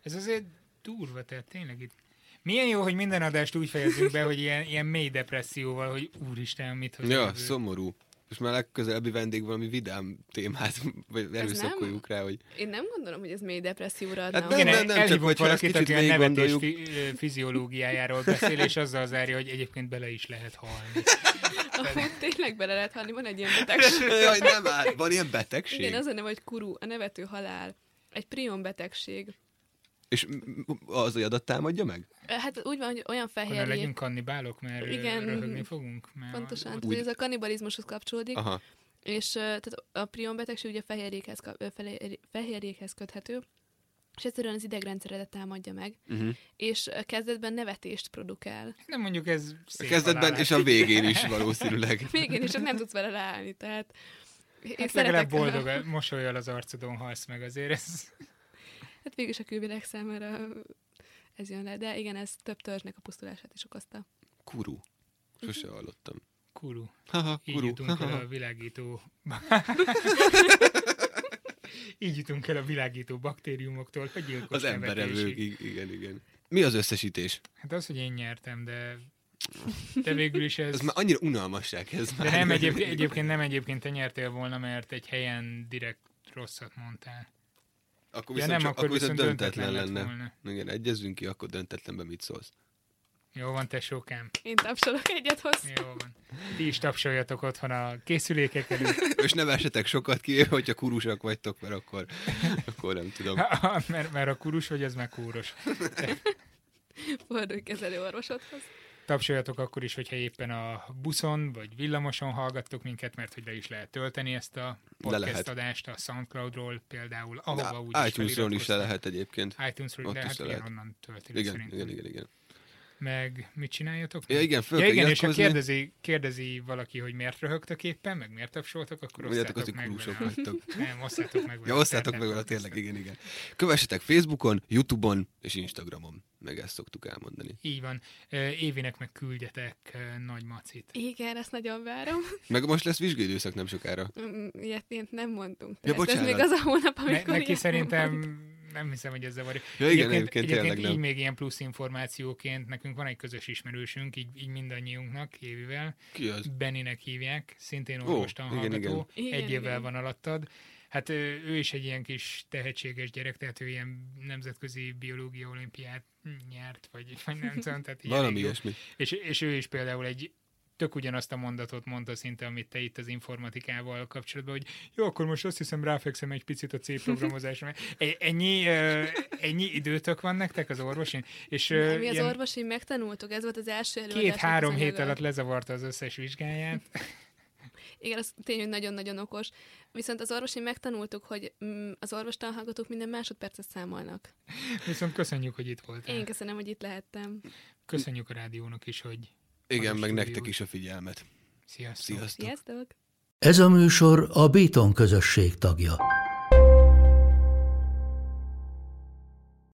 Speaker 3: Ez azért durva, tehát tényleg itt. Milyen jó, hogy minden adást úgy fejezzük be, hogy ilyen, ilyen mély depresszióval, hogy úristen, mit hoz a
Speaker 1: Ja,
Speaker 3: jövő.
Speaker 1: szomorú. Most már legközelebbi vendég valami vidám témát, vagy erőszakoljuk rá, hogy
Speaker 2: Én nem gondolom, hogy ez mély depresszióra adna.
Speaker 1: Hát
Speaker 3: Igen,
Speaker 2: okot.
Speaker 1: nem, nem,
Speaker 3: elhívunk
Speaker 1: csak hogyha
Speaker 3: valakit,
Speaker 1: ezt kicsit
Speaker 3: aki a nevetés
Speaker 1: végiggondoljuk.
Speaker 3: fi- ö, fiziológiájáról beszél, és azzal zárja, hogy egyébként bele is lehet halni.
Speaker 2: Amúgy Tényleg bele lehet halni, van egy ilyen betegség.
Speaker 1: Jaj, nem áll, van ilyen betegség.
Speaker 2: Igen, az a neve, hogy kuru, a nevető halál. Egy prion betegség.
Speaker 1: És m- m- az adat támadja meg?
Speaker 2: Ö, Hát úgy van, hogy olyan
Speaker 3: Akkor ne
Speaker 2: fehérjék
Speaker 3: legyünk kannibálok, mert Igen.
Speaker 2: Igen.
Speaker 3: röhögni fogunk. Mert
Speaker 2: Pontosan,
Speaker 3: ott-
Speaker 2: tehát hogy ez a kanibalizmushoz kapcsolódik, Aha.
Speaker 1: Aha.
Speaker 2: és ö, tehát a prion betegség ugye fehérjékhez, kap- ö, felé- fehérjékhez köthető, és egyszerűen az idegrendszeredet támadja meg,
Speaker 1: Uh-huh.
Speaker 2: és ö, kezdetben nevetést produkál.
Speaker 3: Nem mondjuk ez
Speaker 1: A
Speaker 3: szép
Speaker 1: kezdetben
Speaker 3: halálás.
Speaker 1: és a végén is valószínűleg.
Speaker 2: Végén is csak nem tudsz vele ráállni, tehát... Én
Speaker 3: Hát
Speaker 2: szeretek-
Speaker 3: legalább boldog, mosolyol az arcodon, halsz meg azért. Ez...
Speaker 2: Hát végül is a külvilág számára ez jön le, de igen, ez több törzsnek a pusztulását is okozta.
Speaker 1: Kuru. Sose
Speaker 2: Mhm.
Speaker 1: hallottam.
Speaker 3: Kuru.
Speaker 1: Haha,
Speaker 3: Így
Speaker 1: kuru.
Speaker 3: jutunk el
Speaker 1: Haha.
Speaker 3: a világító... Így jutunk el a világító baktériumoktól, a gyilkos
Speaker 1: Az emberevők,
Speaker 3: nevetésig.
Speaker 1: ig- igen, igen. Mi az összesítés?
Speaker 3: Hát az, hogy én nyertem, de... De végül is ez...
Speaker 1: Ez már annyira unalmassá kezd már.
Speaker 3: De nem, egyébként, egyébként nem egyébként te nyertél volna, mert egy helyen direkt rosszat mondtál.
Speaker 1: Akkor
Speaker 3: Ja
Speaker 1: viszont,
Speaker 3: nem,
Speaker 1: csak,
Speaker 3: akkor,
Speaker 1: akkor viszont döntetlen,
Speaker 3: lett
Speaker 1: lenne.
Speaker 3: volna.
Speaker 1: Igen, egyezünk ki, akkor döntetlenben mit szólsz.
Speaker 3: Jó van, te sokám.
Speaker 2: Én tapsolok egyet hozzá.
Speaker 3: Jó van. Ti is tapsoljatok otthon a készülékek előtt,
Speaker 1: És ne vessetek sokat ki, hogyha kurusak vagytok, mert akkor, akkor nem tudom.
Speaker 3: Hát, mert, mert a kurus vagy, az meg kúros.
Speaker 2: Fordulj kezelő orvosodhoz.
Speaker 3: Tapsoljatok akkor is, hogyha éppen a buszon vagy villamoson hallgattok minket, mert hogy le is lehet tölteni ezt a
Speaker 1: Le
Speaker 3: podcast
Speaker 1: lehet.
Speaker 3: adást a Soundcloudról például, ahova úgy
Speaker 1: Na, iTunes-on is le lehet egyébként.
Speaker 3: iTunes-ról,
Speaker 1: Ott
Speaker 3: de
Speaker 1: is
Speaker 3: hát
Speaker 1: le
Speaker 3: igen,
Speaker 1: lehet.
Speaker 3: onnan töltik
Speaker 1: Igen,
Speaker 3: szerintem.
Speaker 1: igen, igen, igen.
Speaker 3: Meg mit csináljatok?
Speaker 1: Ja, igen, föl
Speaker 3: ja,
Speaker 1: kell
Speaker 3: igen és ha
Speaker 1: iratkozni.
Speaker 3: kérdezi, kérdezi valaki, hogy miért röhögtök éppen, meg miért tapsoltok, akkor
Speaker 1: Mondjátok azt,
Speaker 3: osszátok
Speaker 1: hogy
Speaker 3: meg
Speaker 1: kurusok
Speaker 3: vele.
Speaker 1: vagytok.
Speaker 3: Nem, osszátok meg vele.
Speaker 1: Ja, osszátok meg
Speaker 3: Szerintem
Speaker 1: vele, tényleg, igen, igen. Kövessetek Facebookon, Youtube-on és Instagramon. Meg ezt szoktuk elmondani.
Speaker 3: Így van. Ö, Évinek meg küldjetek ö, nagy macit.
Speaker 2: Igen, ezt nagyon várom.
Speaker 1: Meg most lesz vizsgaidőszak nem sokára.
Speaker 2: Mm, Ilyet ilyet nem mondtunk.
Speaker 1: Ja,
Speaker 2: Tehát ez még
Speaker 1: bocsánat.
Speaker 2: az a hónap,
Speaker 3: Ne,
Speaker 2: amikor...
Speaker 3: neki
Speaker 2: ilyet
Speaker 3: szerintem
Speaker 2: mondunk.
Speaker 3: nem hiszem, hogy ez zavarja.
Speaker 1: Ja, igen, egyébként tényleg
Speaker 3: egyébként így
Speaker 1: nem.
Speaker 3: még ilyen plusz információként, nekünk van egy közös ismerősünk, így, így mindannyiunknak, Évivel.
Speaker 1: Ki az?
Speaker 3: Beninek hívják, szintén
Speaker 1: Ó,
Speaker 3: orvostan
Speaker 1: igen,
Speaker 3: hallgató,
Speaker 2: igen.
Speaker 3: egy
Speaker 2: Igen,
Speaker 3: évvel
Speaker 2: igen.
Speaker 3: van alattad. Hát ö, ő is egy ilyen kis tehetséges gyerek, tehát ő ilyen nemzetközi biológia olimpiát nyert, vagy, vagy nem tudom. Tehát ilyen
Speaker 1: Valami
Speaker 3: elég jó.
Speaker 1: ilyesmi.
Speaker 3: És, és ő is például egy tök ugyanazt a mondatot mondta szinte, amit te itt az informatikával kapcsolatban, hogy jó, akkor most azt hiszem ráfekszem egy picit a C programozásra. E- Ennyi, ö, ennyi időtök van nektek az orvosin? És ö,
Speaker 2: Nem, Mi az
Speaker 3: ilyen
Speaker 2: orvosi megtanultuk, ez volt az első előadás.
Speaker 3: két-három
Speaker 2: amit az
Speaker 3: hét
Speaker 2: anyaggal-
Speaker 3: alatt lezavarta az összes vizsgáját.
Speaker 2: Igen, az tény, hogy nagyon-nagyon okos. Viszont az orvosi megtanultuk, hogy mm, az orvostanhallgatók minden másodpercet számolnak.
Speaker 3: Viszont köszönjük, hogy itt voltál.
Speaker 2: Én köszönöm, hogy itt lehettem.
Speaker 3: Köszönjük a rádiónak is, hogy
Speaker 1: Igen,
Speaker 3: Az
Speaker 1: meg
Speaker 3: stúdió.
Speaker 1: nektek is a figyelmet.
Speaker 3: sziasztok.
Speaker 1: Sziasztok.
Speaker 2: Sziasztok!
Speaker 4: Ez a műsor a Béton közösség tagja.